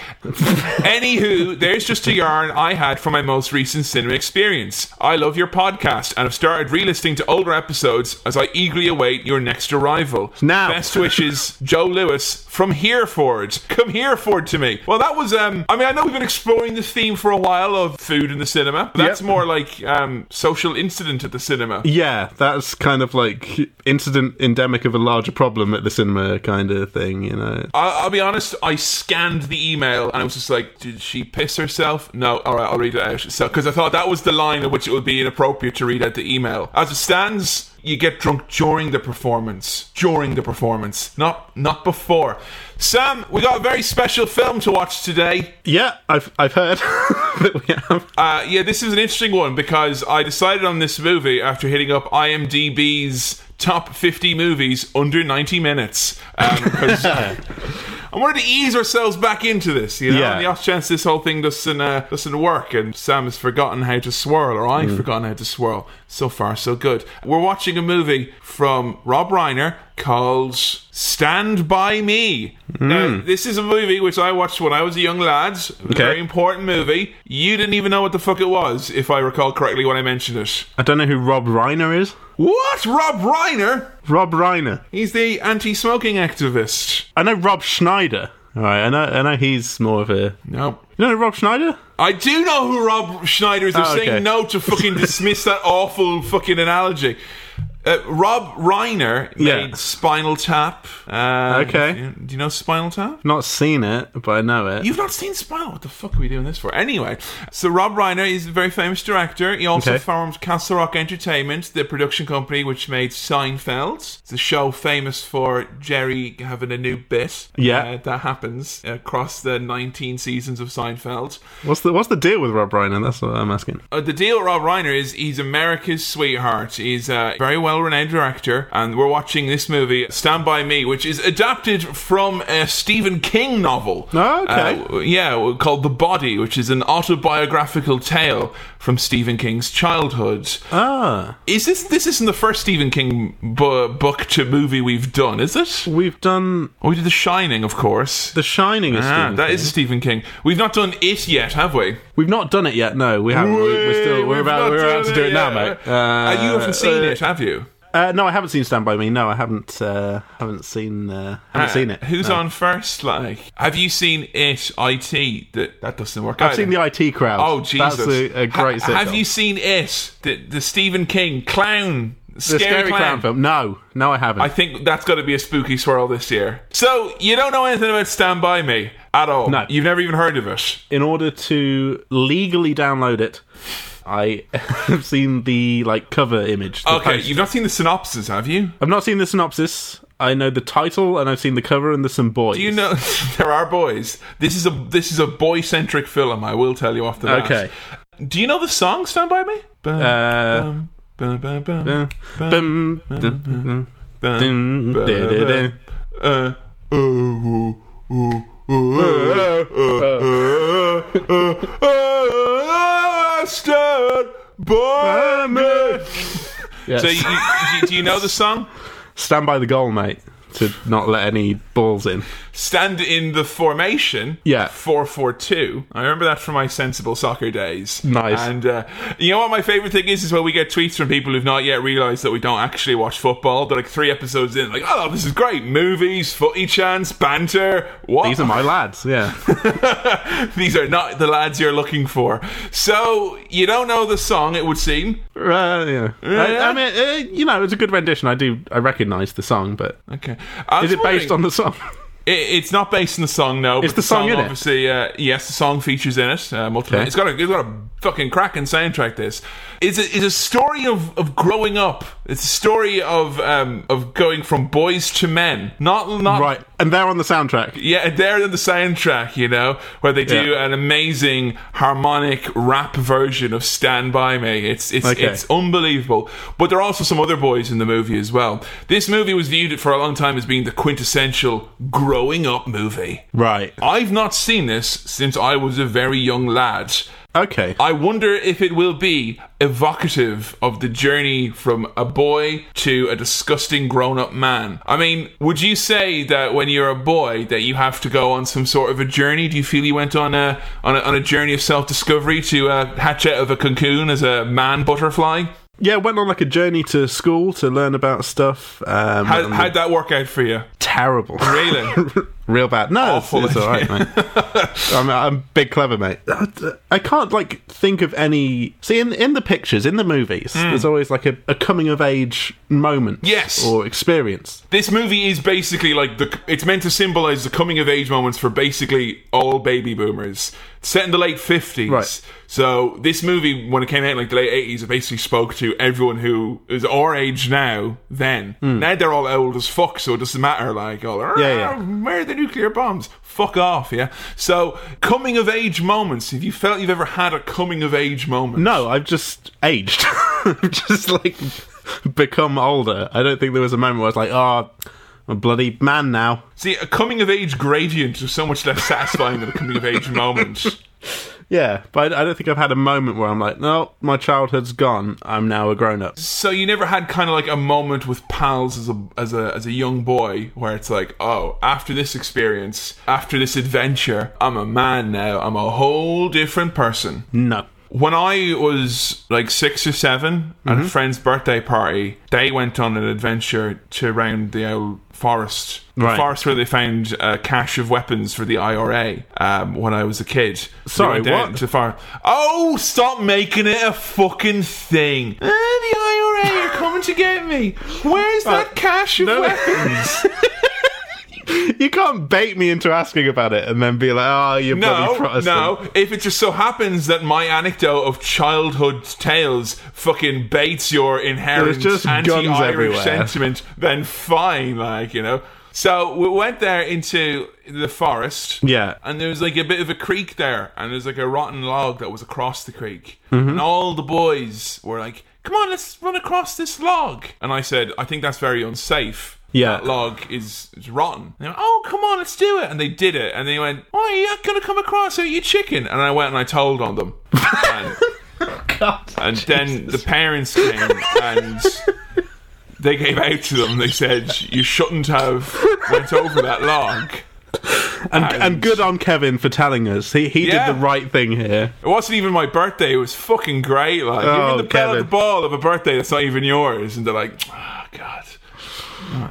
Speaker 2: anywho, there's just a yarn I had from my most recent cinema experience. I love your podcast and have started re-listening to older episodes as I eagerly await your next arrival.
Speaker 3: Now.
Speaker 2: best wishes, Joe Lewis from Hereford. Come Hereford to me. Well, that was. um I mean, I know we've been exploring this theme for a while of food in the cinema. But that's
Speaker 3: Yep.
Speaker 2: more like um social incident at the cinema.
Speaker 3: Yeah, that's kind of like incident endemic of a larger problem at the cinema kind of thing, you know.
Speaker 2: I, I'll be honest. I scanned the email and I was just like, "Did she piss herself?" No. All right, I'll read it out. So, because I thought that was the line at which it would be inappropriate to read out the email. As it stands, you get drunk during the performance. During the performance, not not before. Sam, we got a very special film to watch today.
Speaker 3: Yeah, I've I've heard that we have.
Speaker 2: Uh, yeah, this is an interesting one because I decided on this movie after hitting up IMDb's top 50 movies under 90 minutes. Um, 'cause I wanted to ease ourselves back into this, you know.
Speaker 3: Yeah.
Speaker 2: And the off chance this whole thing doesn't uh, doesn't work, and Sam has forgotten how to swirl, or I've forgotten how to swirl. So far, so good. We're watching a movie from Rob Reiner called "Stand by Me." Now, this is a movie which I watched when I was a young lad. Very important movie. You didn't even know what the fuck it was, if I recall correctly when I mentioned it.
Speaker 3: I don't know who Rob Reiner is.
Speaker 2: What, Rob Reiner?
Speaker 3: Rob Reiner.
Speaker 2: He's the anti-smoking activist.
Speaker 3: I know Rob Schneider. All right, I know I know he's more of a.
Speaker 2: No,
Speaker 3: You know Rob Schneider?
Speaker 2: I do know who Rob Schneider is. I'm
Speaker 3: Oh,
Speaker 2: saying
Speaker 3: okay.
Speaker 2: no to fucking dismiss that awful fucking analogy. Uh, Rob Reiner made
Speaker 3: Yeah.
Speaker 2: Spinal Tap. Uh,
Speaker 3: Okay.
Speaker 2: Do you, do you know Spinal Tap?
Speaker 3: Not seen it, but I know it.
Speaker 2: You've not seen Spinal. What the fuck are we doing this for? Anyway, so Rob Reiner is a very famous director. He also
Speaker 3: Okay.
Speaker 2: formed Castle Rock Entertainment, the production company which made Seinfeld. It's a show famous for Jerry having a new bit.
Speaker 3: Yeah.
Speaker 2: uh, that happens across the 19 seasons of Seinfeld.
Speaker 3: What's the What's the deal with Rob Reiner? That's what I'm asking.
Speaker 2: Uh, the deal with Rob Reiner is he's America's sweetheart. He's a very well renowned director, and we're watching this movie, Stand By Me, which is adapted from a Stephen King novel.
Speaker 3: Oh, okay.
Speaker 2: Uh, w- yeah, w- called The Body, which is an autobiographical tale from Stephen King's childhood.
Speaker 3: Ah,
Speaker 2: Is this this isn't the first Stephen King bu- book to movie we've done, is it?
Speaker 3: we've done
Speaker 2: Oh, we did The Shining, of course.
Speaker 3: The Shining. Is
Speaker 2: Ah,
Speaker 3: Stephen
Speaker 2: that
Speaker 3: King.
Speaker 2: is Stephen King. We've not done it yet, have we?
Speaker 3: We've not done it yet. No, we haven't. We, we're still. We're
Speaker 2: We've not
Speaker 3: about. We're about
Speaker 2: done
Speaker 3: to do it now, mate.
Speaker 2: yet. Uh, you haven't seen it, have you?
Speaker 3: Uh, no, I haven't seen Stand by Me. No, I haven't. Uh, haven't seen. Uh, haven't
Speaker 2: Uh,
Speaker 3: seen it.
Speaker 2: Who's
Speaker 3: No.
Speaker 2: on first? Like, have you seen it? It that that doesn't work.
Speaker 3: I've seen the IT crowd.
Speaker 2: Oh Jesus!
Speaker 3: that's a, a great
Speaker 2: Ha-
Speaker 3: sitcom.
Speaker 2: have you seen it? The, the Stephen King clown,
Speaker 3: the Scary, Clown. film? No, no, I haven't.
Speaker 2: I think that's got to be a spooky swirl this year. So you don't know anything about Stand By Me at all.
Speaker 3: No.
Speaker 2: you've never even heard of it.
Speaker 3: In order to legally download it, I have seen the like cover image. the
Speaker 2: Okay,
Speaker 3: poster.
Speaker 2: you've not seen the synopsis, have you?
Speaker 3: I've not seen the synopsis. I know the title, and I've seen the cover, and there's some boys.
Speaker 2: You know, there are boys. This is a this is a boy centric film. I will tell you off the bat.
Speaker 3: Okay.
Speaker 2: Do you know the song "Stand by Me"? Bum,
Speaker 3: Uh,
Speaker 2: bum, bum, bum, bum,
Speaker 3: bum, dun, dun, dun, dun, dun, dun.
Speaker 2: Uh, uh, uh, uh, uh, uh, uh, uh, uh, Stand by me.
Speaker 3: Yes.
Speaker 2: So, you, you, do you know the song?
Speaker 3: Stand by the goal, mate, to not let any balls in.
Speaker 2: Stand in the formation.
Speaker 3: Yeah.
Speaker 2: Four four two. I remember that from my sensible soccer days.
Speaker 3: Nice.
Speaker 2: And uh, you know what my favorite thing is is when we get tweets from people who've not yet realized that we don't actually watch football. They're like three episodes in, like, oh, this is great. Movies, footy chance, banter. What?
Speaker 3: These are my lads. Yeah.
Speaker 2: These are not the lads you're looking for. So you don't know the song, it would seem.
Speaker 3: Uh, yeah.
Speaker 2: yeah.
Speaker 3: I, I mean, uh, you know, it's a good rendition. I do, I recognise the song, but
Speaker 2: Okay. I
Speaker 3: is
Speaker 2: was
Speaker 3: it based
Speaker 2: wondering-
Speaker 3: on the song?
Speaker 2: It, it's not based on the song, no.
Speaker 3: Is
Speaker 2: but
Speaker 3: the song in it?
Speaker 2: obviously, Uh, yes, the song features in it. Uh, multiple.
Speaker 3: Okay.
Speaker 2: It's got a it's got a fucking cracking soundtrack. This is a, is a story of, of growing up. It's a story of um, of going from boys to men. Not not
Speaker 3: Right, and they're on the soundtrack.
Speaker 2: yeah, they're in the soundtrack, you know, where they do
Speaker 3: Yeah.
Speaker 2: an amazing harmonic rap version of "Stand by Me." It's it's
Speaker 3: Okay.
Speaker 2: it's unbelievable. But there are also some other boys in the movie as well. This movie was viewed for a long time as being the quintessential growing up movie.
Speaker 3: Right.
Speaker 2: I've not seen this since I was a very young lad.
Speaker 3: Okay.
Speaker 2: I wonder if it will be evocative of the journey from a boy to a disgusting grown up man. I mean, would you say that when you're a boy that you have to go on some sort of a journey? Do you feel you went on a on a, on a journey of self discovery to uh, hatch out of a cocoon as a man butterfly?
Speaker 3: Yeah, went on like a journey to school to learn about stuff. Um,
Speaker 2: How,
Speaker 3: and-
Speaker 2: how'd that work out for you?
Speaker 3: terrible.
Speaker 2: Really?
Speaker 3: Real bad. No, it's,
Speaker 2: Awful
Speaker 3: it's all right, mate. I'm, I'm big clever, mate. I can't like think of any. See, in in the pictures, in the movies, there's always like a, a coming of age moment,
Speaker 2: Hmm. Yes.
Speaker 3: or experience.
Speaker 2: this movie is basically like the it's meant to symbolize the coming of age moments for basically all baby boomers set in the late 50s
Speaker 3: Right.
Speaker 2: so this movie when it came out in like the late 80s it basically spoke to everyone who is our age now then now they're all old as fuck so it doesn't matter like all
Speaker 3: Hmm.
Speaker 2: "Ah,
Speaker 3: Yeah, yeah.
Speaker 2: where are the nuclear bombs fuck off yeah so coming of age moments have you felt you've ever had a coming of age moment
Speaker 3: No, I've just aged. I've just like become older. I don't think there was a moment where I was like, oh, I'm a bloody man now.
Speaker 2: see a coming of age gradient is so much less satisfying than a coming of age moment
Speaker 3: Yeah, but I I don't think I've had a moment where I'm like, no, my childhood's gone. I'm now a grown up.
Speaker 2: So you never had kind of like a moment with pals as a as a as a young boy where it's like, oh, after this experience, after this adventure, I'm a man now. I'm a whole different person.
Speaker 3: No.
Speaker 2: When I was like six or 7 at a friend's birthday party, they went on an adventure to round the old forest. The
Speaker 3: Right.
Speaker 2: forest where they found a cache of weapons for the IRA um, when I was a kid.
Speaker 3: Sorry,
Speaker 2: They went down
Speaker 3: what?
Speaker 2: To the fire. Oh, stop making it a fucking thing. Eh, the IRA are coming to get me. Where's that cache of weapons?
Speaker 3: You can't bait me into asking about it and then be like, oh, you're bloody
Speaker 2: No,
Speaker 3: Protestant.
Speaker 2: no. If it just so happens that my anecdote of childhood tales fucking baits your inherent
Speaker 3: There's just guns
Speaker 2: anti-Irish
Speaker 3: everywhere.
Speaker 2: sentiment, then fine, like you know. So we went there into the forest.
Speaker 3: Yeah.
Speaker 2: And there was like a bit of a creek there, and there's like a rotten log that was across the creek.
Speaker 3: Mm-hmm.
Speaker 2: And all the boys were like, Come on, let's run across this log. And I said, I think that's very unsafe.
Speaker 3: Yeah.
Speaker 2: That log is, is rotten. And they went, Oh, come on, let's do it. And they did it. And they went, Why are you going to come across? Are you chicken? And I went and I told on them. And, and then the parents came and they gave out to them. They said, You shouldn't have went over that log.
Speaker 3: And, and good on Kevin for telling us. He, he
Speaker 2: Yeah.
Speaker 3: did the right thing here.
Speaker 2: It wasn't even my birthday. It was fucking great. Like you're in
Speaker 3: Oh,
Speaker 2: the bell of the
Speaker 3: Kevin.
Speaker 2: ball of a birthday that's not even yours, and they're like, oh, God.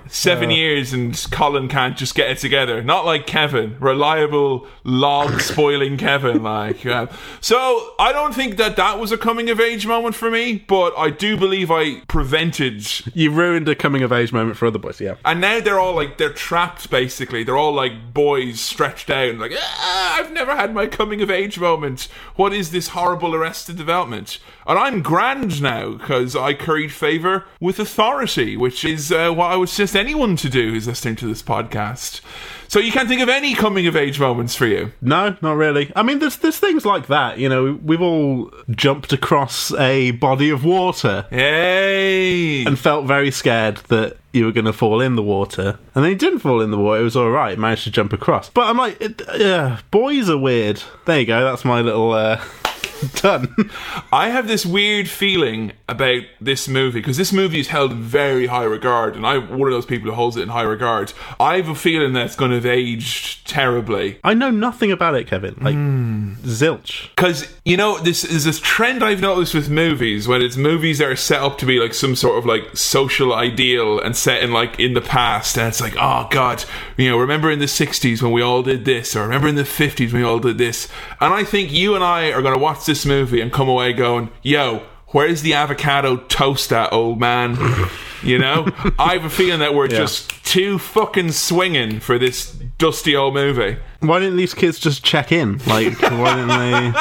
Speaker 2: Seven years and Colin can't just get it together. Not like Kevin, reliable log spoiling Kevin. Like, yeah. so I don't think that that was a coming of age moment for me, but I do believe I prevented
Speaker 3: You ruined a coming of age moment for other boys, yeah.
Speaker 2: and now they're all like they're trapped basically. They're all like boys stretched out and like ah, I've never had my coming of age moment. What is this horrible arrested development? And I'm grand now because I curried favor with authority, which is uh, what I would suggest anyone to do who's listening to this podcast. So you can't think of any coming of age moments for you.
Speaker 3: No, not really. I mean, there's, there's things like that. You know, we've all jumped across a body of water
Speaker 2: Hey,
Speaker 3: and felt very scared that you were going to fall in the water. And then you didn't fall in the water. It was all right. Managed to jump across. But I'm like, it, yeah, boys are weird. There you go. That's my little uh, done.
Speaker 2: I have this weird feeling about this movie because this movie is held in very high regard, and I'm one of those people who holds it in high regard. I have a feeling that it's going to have aged terribly
Speaker 3: I know nothing about it, Kevin. Like Hmm. zilch.
Speaker 2: because you know this is this trend I've noticed with movies when it's movies that are set up to be like some sort of like social ideal and set in like in the past, and it's like oh god, you know, remember in the '60s when we all did this, or remember in the '50s when we all did this, and I think you and I are going to watch this movie and come away going, yo. Where's the avocado toast at, old man? You know? I have a feeling that we're just too fucking swinging for this dusty old movie.
Speaker 3: Why didn't these kids just check in? Like, why didn't they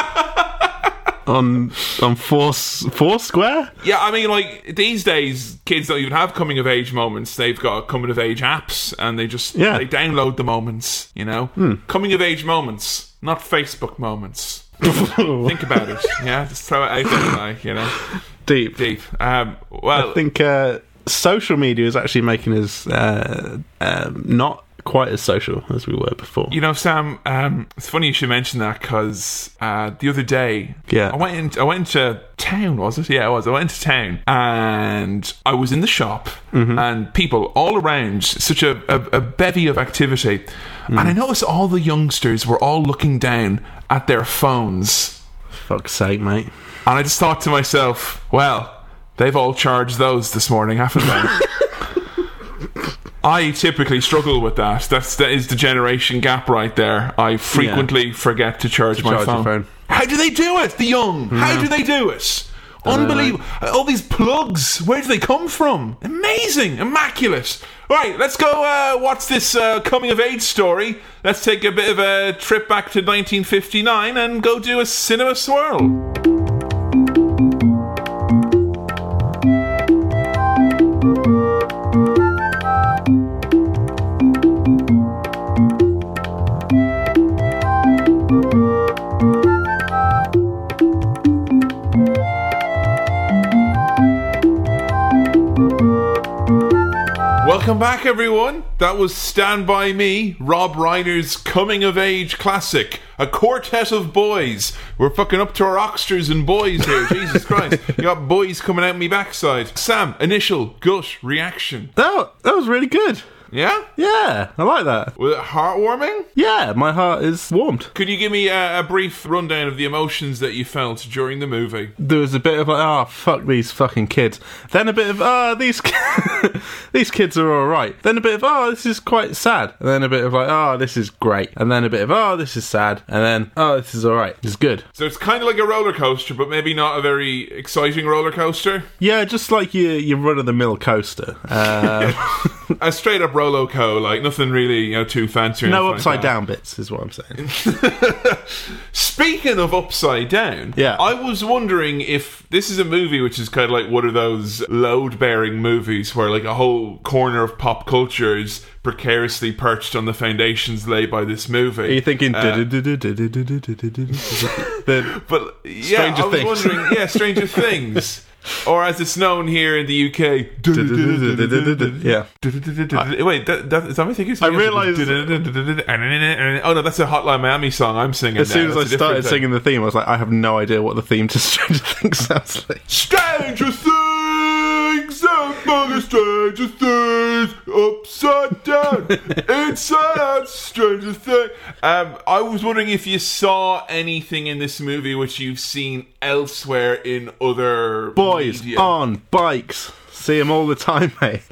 Speaker 3: on on four four square?
Speaker 2: Yeah, I mean, like these days, kids don't even have coming of age moments. They've got coming of age apps, and they just
Speaker 3: Yeah.
Speaker 2: they download the moments. You know, coming of age moments, not Facebook moments. Think about it. Yeah, just throw it out there, like you know,
Speaker 3: Deep.
Speaker 2: deep. Um, well,
Speaker 3: I think uh, social media is actually making us uh, um, not quite as social as we were before.
Speaker 2: You know, Sam. Um, it's funny you should mention that because uh, the other day,
Speaker 3: Yeah.
Speaker 2: I went. In, I went to town. Was it? Yeah, I was. I went to town, and I was in the shop, and people all around, such a, a, a bevy of activity, and I noticed all the youngsters were all looking down at their phones,
Speaker 3: Fuck's sake, mate.
Speaker 2: and I just thought to myself, well, they've all charged those this morning, haven't they? I typically struggle with that. That's that is the generation gap right there. I frequently forget to charge my
Speaker 3: charge your
Speaker 2: phone.
Speaker 3: phone.
Speaker 2: How do they do it? The young. How do they do it? Unbelievable. Uh, All these plugs. Where do they come from? Amazing. Immaculate. All right, let's go uh, watch this uh, coming of age story. Let's take a bit of a trip back to 1959 and go do a cinema swirl. Welcome back, everyone. That was Stand By Me, Rob Reiner's coming of age classic. A quartet of boys. We're fucking up to our oxters and boys here. Jesus Christ. You got boys coming out me backside. Sam, initial gut reaction.
Speaker 3: That that was really good.
Speaker 2: Yeah?
Speaker 3: Yeah, I like that.
Speaker 2: Was it heartwarming?
Speaker 3: Yeah, my heart is warmed.
Speaker 2: Could you give me a, a brief rundown of the emotions that you felt during the movie?
Speaker 3: There was a bit of like, oh fuck these fucking kids. Then a bit of oh these ki- these kids are all right. Then a bit of oh this is quite sad. And then a bit of like oh this is great. And then a bit of oh this is sad. And then oh this is all right. It's good.
Speaker 2: So it's kind of like a roller coaster, but maybe not a very exciting roller coaster.
Speaker 3: Yeah, just like your your run of the mill coaster. Uh,
Speaker 2: A straight up rolo co, like nothing really, you know, too fancy. or anything
Speaker 3: no
Speaker 2: like
Speaker 3: upside
Speaker 2: that.
Speaker 3: down bits is what I'm saying.
Speaker 2: Speaking of upside down,
Speaker 3: Yeah.
Speaker 2: I was wondering if this is a movie which is kind of like one of those load bearing movies where like a whole corner of pop culture is precariously perched on the foundations laid by this movie.
Speaker 3: Are you thinking?
Speaker 2: Uh,
Speaker 3: Then-
Speaker 2: but yeah,
Speaker 3: Stranger
Speaker 2: I was
Speaker 3: Things.
Speaker 2: wondering. Yeah, Stranger Things, or as it's known here in the UK.
Speaker 3: Yeah.
Speaker 2: Wait, that, that, is that me thinking? I
Speaker 3: realised-
Speaker 2: Oh no, that's a Hotline Miami song I'm singing.
Speaker 3: As
Speaker 2: now.
Speaker 3: soon as
Speaker 2: That's
Speaker 3: I
Speaker 2: a different
Speaker 3: started
Speaker 2: thing.
Speaker 3: singing the theme, I was like, I have no idea what the theme to Stranger Things sounds like.
Speaker 2: Stranger Things, among Stranger Things, upside down, inside out, Stranger Things. Um, I was wondering if you saw anything in this movie which you've seen elsewhere in other
Speaker 3: Boys uh,
Speaker 2: media.
Speaker 3: on bikes. See them all the time, mate.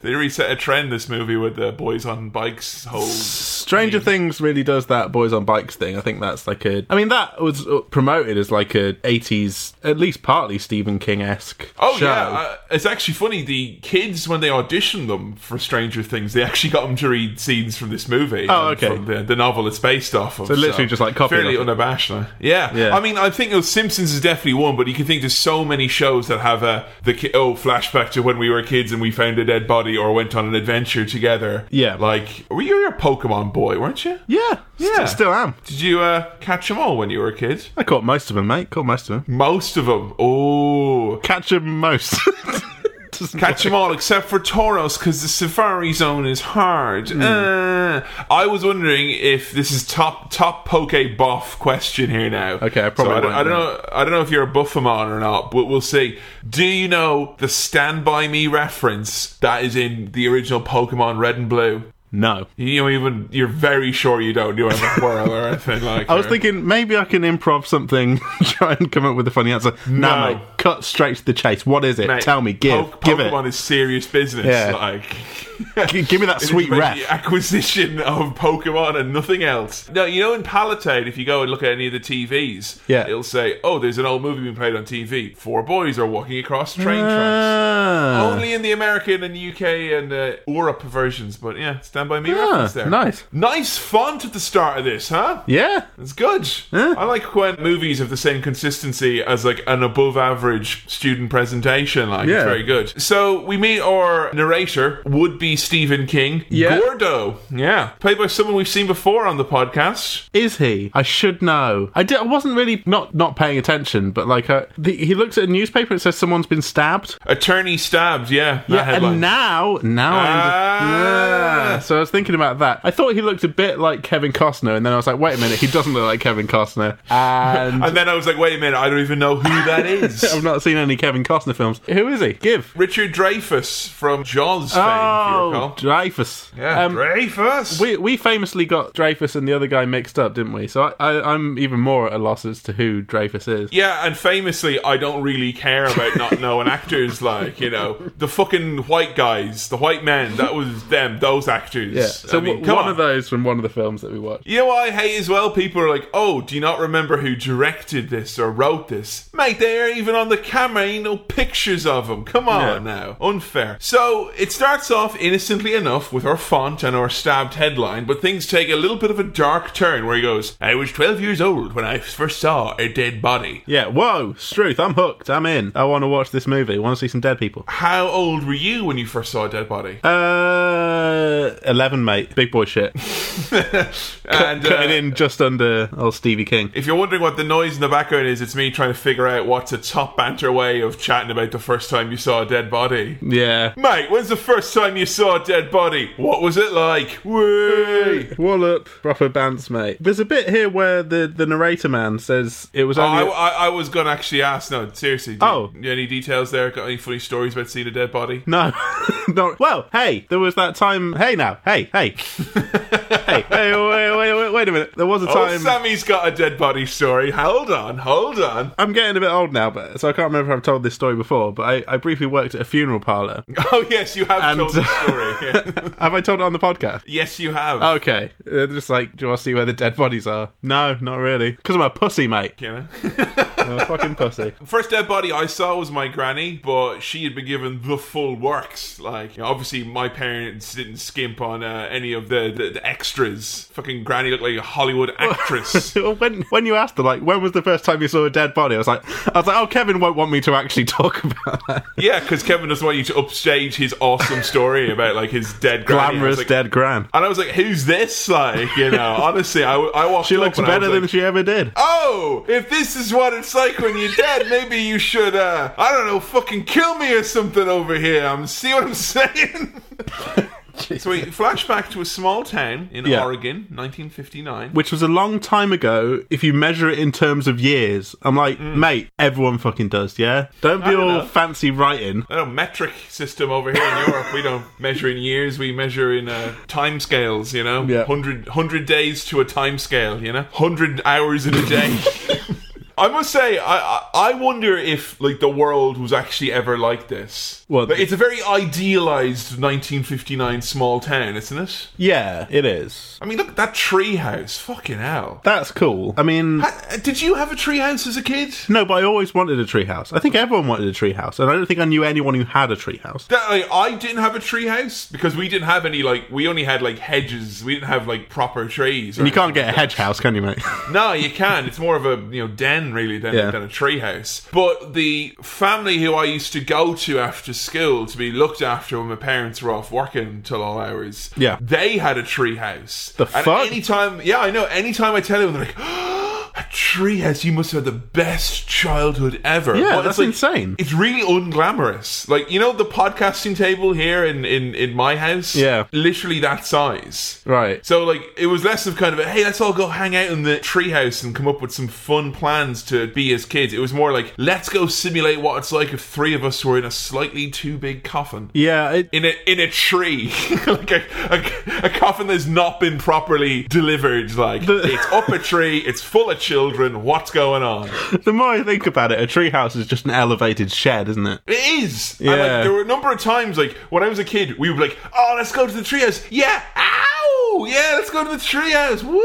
Speaker 2: They reset a trend this movie with the boys on bikes whole.
Speaker 3: Stranger Things really does that boys on bikes thing. I think that's like a. I mean, that was uh, promoted as like a 80s, at least partly Stephen King esque
Speaker 2: Oh
Speaker 3: show.
Speaker 2: yeah, uh, it's actually funny. The kids when they auditioned them for Stranger Things, they actually got them to read scenes from this movie.
Speaker 3: Oh,
Speaker 2: and
Speaker 3: okay.
Speaker 2: From the, the novel it's based off of. So
Speaker 3: literally just, like, copied
Speaker 2: fairly
Speaker 3: off it.
Speaker 2: unabashed. uh, Yeah.
Speaker 3: Yeah.
Speaker 2: I mean, I think it was Simpsons is definitely one, but you can think there's so many shows that have a the ki- oh flashback to when we were kids and we found a dead body or went on an adventure together.
Speaker 3: Yeah.
Speaker 2: Like, were you were a Pokemon boy, weren't you?
Speaker 3: Yeah,
Speaker 2: Yeah.
Speaker 3: yeah. still am.
Speaker 2: Did you uh, catch them all when you were a kid?
Speaker 3: I caught most of them, mate. Caught most of them.
Speaker 2: Most of them. Oh.
Speaker 3: Catch them most. Doesn't
Speaker 2: Catch them all except for Tauros because the safari zone is hard.
Speaker 3: Hmm.
Speaker 2: Uh, I was wondering if this is top top poke buff question here now.
Speaker 3: Okay, I probably
Speaker 2: So I, don't,
Speaker 3: won't
Speaker 2: I don't
Speaker 3: know.
Speaker 2: know. I don't know if you're a Buffamon or not, but we'll see. Do you know the Stand By Me reference that is in the original Pokemon Red and Blue?
Speaker 3: No.
Speaker 2: You don't even you're very sure you don't do a whirl or anything like.
Speaker 3: I was thinking maybe I can improv something, try and come up with a funny answer. No,
Speaker 2: No.
Speaker 3: mate, cut straight to the chase. What is it? Tell me. Give. give it.
Speaker 2: Pokemon is serious business.
Speaker 3: Yeah.
Speaker 2: Like,
Speaker 3: G- give me that
Speaker 2: It is
Speaker 3: sweet
Speaker 2: about
Speaker 3: ref.
Speaker 2: the acquisition of Pokemon and nothing else. No, you know in Palatine, if you go and look at any of the TVs,
Speaker 3: Yeah.
Speaker 2: it'll say, "Oh, there's an old movie being played on TV. Four boys are walking across train
Speaker 3: Uh,
Speaker 2: tracks."
Speaker 3: Ah.
Speaker 2: Only in the American and UK and uh, Europe versions, but yeah, Stand By Me
Speaker 3: Ah,
Speaker 2: reference there.
Speaker 3: nice.
Speaker 2: Nice font at the start of this, huh?
Speaker 3: Yeah.
Speaker 2: It's good. I like when movies have the same consistency as like an above average student presentation. Like
Speaker 3: Yeah.
Speaker 2: it's very good. So we meet our narrator, would be Stephen King.
Speaker 3: Yeah.
Speaker 2: Gordo. Yeah. Played by someone we've seen before on the podcast.
Speaker 3: Is he? I should know. I, did, I wasn't really not not paying attention, but like uh, the, he looks at a newspaper and says someone's been stabbed.
Speaker 2: Attorney stabbed, yeah. That headline.
Speaker 3: and now now
Speaker 2: Ah.
Speaker 3: I'm yeah. so I was thinking about that. I thought he looked a bit like Kevin Costner, and then I was like, wait a minute, he doesn't look like Kevin Costner. And
Speaker 2: and then I was like, wait a minute, I don't even know who that is.
Speaker 3: I've not seen any Kevin Costner films. Who is he? Give.
Speaker 2: Richard Dreyfuss from Jaws fame, if you
Speaker 3: Oh,
Speaker 2: recall.
Speaker 3: Dreyfus.
Speaker 2: Yeah,
Speaker 3: Um,
Speaker 2: Dreyfus.
Speaker 3: we, we famously got Dreyfus and the other guy mixed up, didn't we? So I, I, I'm even more at a loss as to who Dreyfus is.
Speaker 2: Yeah, and famously, I don't really care about not knowing actors. Like you know, the fucking white guys, the white men. That was them. Those actors.
Speaker 3: Yeah. So
Speaker 2: I mean,
Speaker 3: w-
Speaker 2: come
Speaker 3: one
Speaker 2: on.
Speaker 3: of those from one of the films that we watched.
Speaker 2: you know what I hate as well? People are like, "Oh, do you not remember who directed this or wrote this?" Mate, they aren't even on the camera. Ain't no pictures of them. Come on now, unfair. So it starts off innocently enough with our font and our stabbed headline, but things take a little bit of a dark turn where he goes, "I was 12 years old when I first saw a dead body."
Speaker 3: Yeah. Whoa, Struth, I'm hooked. I'm in. I want to watch this movie. I want to see some dead people.
Speaker 2: How old were you when you first saw a dead body?
Speaker 3: Uh, eleven, mate. Big boy
Speaker 2: and
Speaker 3: shit. Cutting
Speaker 2: uh,
Speaker 3: in just under old Stevie King.
Speaker 2: if you're wondering what the noise in the background is, it's me trying to figure out what's a top banter way of chatting about the first time you saw a dead body.
Speaker 3: Yeah.
Speaker 2: Mate, when's the first time you saw a dead body? What was it like? Whee!
Speaker 3: Wallop, proper bounce, mate. There's a bit here where the, the narrator man says it was
Speaker 2: Oh, I,
Speaker 3: only.
Speaker 2: I, I was going to actually ask. No, seriously. Do
Speaker 3: Oh.
Speaker 2: you- any details there? Got any funny stories about seeing a dead body?
Speaker 3: no, no. Well, hey, there was that time. Hey, now, hey, hey, hey, hey, wait, wait, wait, wait a minute. There was a
Speaker 2: Oh,
Speaker 3: time.
Speaker 2: Sammy's got a dead body story. Hold on, hold on.
Speaker 3: I'm getting a bit old now, but so I can't remember if I've told this story before. But I, I briefly worked at a funeral parlor.
Speaker 2: Oh yes, you have
Speaker 3: And-
Speaker 2: told the story. Yeah.
Speaker 3: Have I told it on the podcast?
Speaker 2: yes, you have.
Speaker 3: Okay, Uh, just like, do I see where the dead bodies are? No, not really, because I'm a pussy, mate.
Speaker 2: You know?
Speaker 3: I'm a fucking pussy.
Speaker 2: First dead body I saw was my granny, but she had been given the full works. Like, you know, obviously, my parents didn't skimp on uh, any of the, the, the extras. Fucking granny looked like a Hollywood actress.
Speaker 3: When when you asked her like when was the first time you saw a dead body, I was like I was like oh Kevin won't want me to actually talk about that
Speaker 2: yeah, because Kevin doesn't want you to upstage his awesome story about like his dead granny. I was
Speaker 3: glamorous
Speaker 2: like-
Speaker 3: dead gran.
Speaker 2: And I was like, "Who's this?" Like, you know, honestly, I, I walked.
Speaker 3: She
Speaker 2: up
Speaker 3: looks
Speaker 2: and I was
Speaker 3: better
Speaker 2: like,
Speaker 3: than she ever did.
Speaker 2: Oh, if this is what it's like when you're dead, maybe you should, uh, I don't know, fucking kill me or something over here. I'm see what I'm saying. so we flashback to a small town in
Speaker 3: Yeah.
Speaker 2: Oregon, 1959.
Speaker 3: Which was a long time ago. If you measure it in terms of years, I'm like, mate, everyone fucking does, yeah. Don't be
Speaker 2: don't
Speaker 3: all
Speaker 2: know.
Speaker 3: fancy writing.
Speaker 2: I don't know, metric system over here in Europe. We don't measure in years, we measure in uh, time scales, you know?
Speaker 3: Yeah.
Speaker 2: 100, 100 days to a time scale, you know? 100 hours in a day. I must say, I, I I wonder if like the world was actually ever like this.
Speaker 3: Well,
Speaker 2: Like, it's a very idealized 1959 small town, isn't it?
Speaker 3: Yeah, it is.
Speaker 2: I mean, look at that tree house. Fucking hell.
Speaker 3: That's cool. I mean,
Speaker 2: Ha- Did you have a tree house as a kid?
Speaker 3: No, but I always wanted a treehouse. I think everyone wanted a treehouse, and I don't think I knew anyone who had a treehouse.
Speaker 2: That, like, I didn't have a tree house because we didn't have any like we only had like hedges. We didn't have like proper trees.
Speaker 3: You can't get a hedge house, can you, mate?
Speaker 2: No, you can. It's more of a you know den really than
Speaker 3: Yeah.
Speaker 2: than a tree house. But the family who I used to go to after school to be looked after when my parents were off working till all hours.
Speaker 3: Yeah.
Speaker 2: they had a tree house.
Speaker 3: The
Speaker 2: and
Speaker 3: fuck?
Speaker 2: Anytime, yeah, I know. Anytime I tell them, they're like. A Treehouse, you must have had the best childhood ever.
Speaker 1: Yeah,
Speaker 2: it's
Speaker 1: that's insane.
Speaker 2: It's really unglamorous. Like you know the podcasting table here in in in my house.
Speaker 3: Yeah.
Speaker 2: literally that size.
Speaker 3: Right.
Speaker 2: So like it was less of kind of a hey let's all go hang out in the treehouse and come up with some fun plans to be as kids. It was more like let's go simulate what it's like if three of us were in a slightly too big coffin
Speaker 3: Yeah, it,
Speaker 2: in a in a tree, like a, a, a coffin that's not been properly delivered. Like it's up a tree, it's full of children. What's going on?
Speaker 3: the more I think about it, a treehouse is just an elevated shed, isn't it?
Speaker 2: It is. And,
Speaker 3: Yeah.
Speaker 2: like, there were a number of times, like when I was a kid, we would be like, "Oh, let's go to the treehouse." Yeah. Ow. Yeah, let's go to the treehouse. Woo!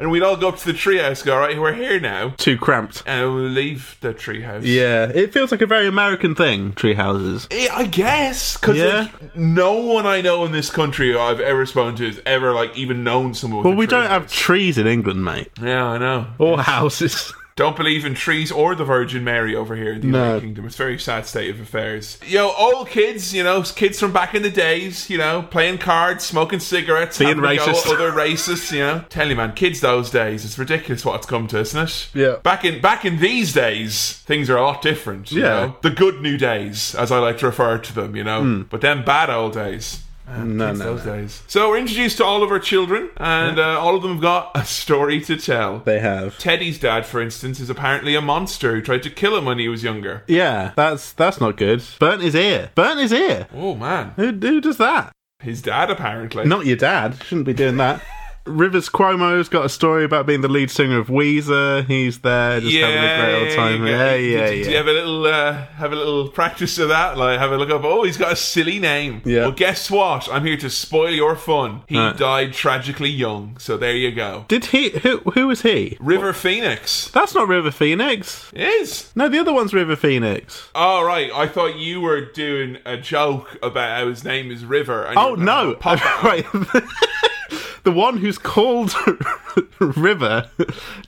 Speaker 2: And we'd all go up to the treehouse. Go, all right, we're here now,
Speaker 3: Too cramped.
Speaker 2: and we'll leave the treehouse.
Speaker 3: Yeah, it feels like a very American thing, tree houses.
Speaker 2: Yeah, Eh, I guess because
Speaker 3: Yeah.
Speaker 2: like, no one I know in this country I've ever spoken to has ever like even known someone.
Speaker 3: Well, we don't have trees in England, mate.
Speaker 2: Yeah, I know.
Speaker 3: Or houses.
Speaker 2: Don't believe in trees or the Virgin Mary over here in the
Speaker 3: No.
Speaker 2: United Kingdom. It's a very sad state of affairs. Yo, old kids, you know, kids from back in the days, you know, playing cards, smoking cigarettes,
Speaker 3: Being
Speaker 2: having a go at
Speaker 3: racist.
Speaker 2: other racists, you know. Tell you, man, kids those days, it's ridiculous what it's come to, isn't it?
Speaker 3: Yeah.
Speaker 2: Back in back in these days, things are a lot different. you
Speaker 3: Yeah.
Speaker 2: know? The good new days, as I like to refer to them, you know. But then bad old days. Man,
Speaker 3: Hmm. No,
Speaker 2: kids
Speaker 3: no,
Speaker 2: those days. So we're introduced to all of our children, and uh, all of them have got a story to tell.
Speaker 3: They have.
Speaker 2: Teddy's dad, for instance, is apparently a monster who tried to kill him when he was younger.
Speaker 3: Yeah, that's that's not good. Burnt his ear. Burnt his ear.
Speaker 2: Oh man,
Speaker 3: Who, who does that?
Speaker 2: his dad apparently.
Speaker 3: Not your dad. Shouldn't be doing that. Rivers Cuomo's got a story about being the lead singer of Weezer. He's there, just having a great old time. Yeah, yeah,
Speaker 2: Did, did
Speaker 3: yeah.
Speaker 2: you have a little uh, have a little practice of that? Like have a look up. Oh, he's got a silly name.
Speaker 3: Yeah.
Speaker 2: Well, guess what? I'm here to spoil your fun. He
Speaker 3: Right.
Speaker 2: died tragically young. So there you go.
Speaker 3: Did he? Who? Who was he?
Speaker 2: River Phoenix
Speaker 3: That's not River Phoenix.
Speaker 2: is.
Speaker 3: No, the other one's River Phoenix.
Speaker 2: All right. I thought you were doing a joke about how his name is River. and
Speaker 3: Oh
Speaker 2: you're gonna
Speaker 3: no!
Speaker 2: pop out.
Speaker 3: Right. The one who's called River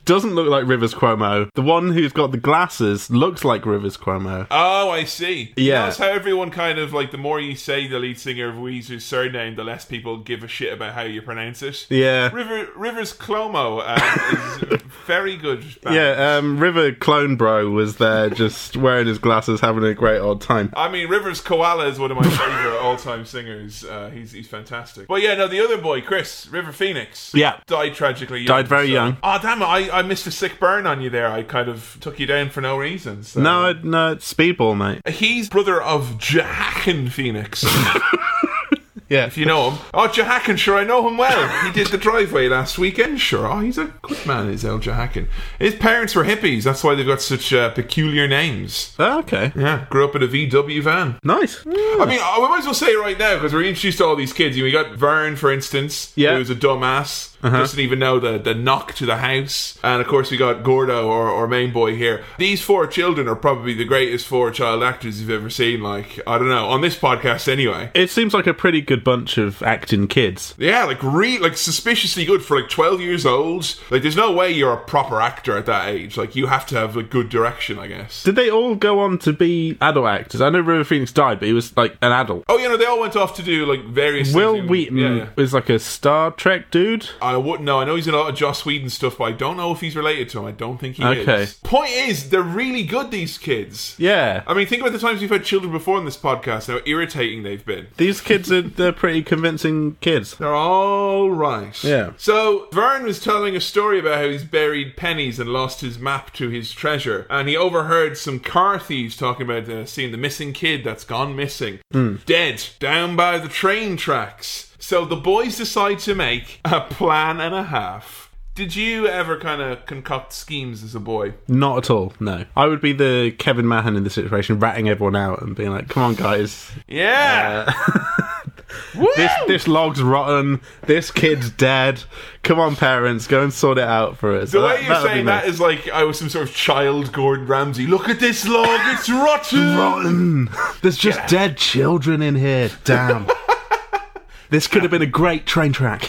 Speaker 3: doesn't look like Rivers Cuomo. The one who's got the glasses looks like Rivers Cuomo.
Speaker 2: Oh, I see. You
Speaker 3: Yeah.
Speaker 2: Notice how everyone kind of like the more you say the lead singer of Weezer's surname, the less people give a shit about how you pronounce it.
Speaker 3: Yeah.
Speaker 2: River Rivers Clomo uh, is a very good. Band.
Speaker 3: Yeah, um, River Clone Bro was there just wearing his glasses, having a great old time.
Speaker 2: I mean, Rivers Koala is one of my favorite all-time singers. Uh, he's he's fantastic. But yeah, no, the other boy, Chris River Phoenix,
Speaker 3: Yeah.
Speaker 2: died tragically. Young,
Speaker 3: Died very young.
Speaker 2: Oh damn it! I, I missed a sick burn on you there. I kind of took you down for no reason. So.
Speaker 3: No, I- no, it's Speedball, mate.
Speaker 2: he's brother of Jahakin Phoenix.
Speaker 3: Yeah.
Speaker 2: If you know him. Oh, Jahakin, sure, I know him well. He did the driveway last weekend, sure. Oh, he's a good man, is El Jahakin. His parents were hippies, that's why they've got such uh, peculiar names.
Speaker 3: Oh, okay.
Speaker 2: Yeah, grew up in a VW van.
Speaker 3: Nice.
Speaker 2: I mean, I we might as well say it right now because we're introduced to all these kids. We got Vern, for instance,
Speaker 3: Yeah. Uh-huh.
Speaker 2: who was a dumbass, doesn't even know the, the knock to the house. And of course, we got Gordo, or, or main boy here. These four children are probably the greatest four child actors you've ever seen. Like, I don't know, on this podcast anyway.
Speaker 3: It seems like a pretty good bunch of acting kids.
Speaker 2: Yeah, like re like suspiciously good for like twelve years old. Like there's no way you're a proper actor at that age. Like you have to have like good direction, I guess.
Speaker 3: Did they all go on to be adult actors? I know River Phoenix died, but he was like an adult.
Speaker 2: Oh, you know, they all went off to do like various.
Speaker 3: Will
Speaker 2: things.
Speaker 3: Wheaton
Speaker 2: Yeah, yeah.
Speaker 3: is like a Star Trek dude.
Speaker 2: I wouldn't know. I know he's in a lot of Joss Whedon stuff, but I don't know if he's related to him. I don't think he
Speaker 3: Okay.
Speaker 2: is. Point is, they're really good. These kids.
Speaker 3: Yeah.
Speaker 2: I mean, think about the times we've had children before on this podcast. How irritating they've been.
Speaker 3: These kids are they're pretty convincing kids.
Speaker 2: They're all right.
Speaker 3: Yeah.
Speaker 2: So Vern was telling a story about how he's buried pennies and lost his map to his treasure, and he overheard some car thieves talking about uh, seeing the missing kid that's gone missing, dead down by the train tracks. So the boys decide to make a plan and a half. Did you ever kind of concoct schemes as a boy?
Speaker 3: Not at all, no. I would be the Kevin Mahan in the situation, ratting everyone out and being like, come on, guys.
Speaker 2: Yeah.
Speaker 3: This, this log's rotten. This kid's dead. Come on, parents, go and sort it out for us.
Speaker 2: The way you're saying that is like I was some sort of child Gordon Ramsay. Look at this log, it's rotten.
Speaker 3: rotten. There's just dead children in here. Damn. this could have been a great train track.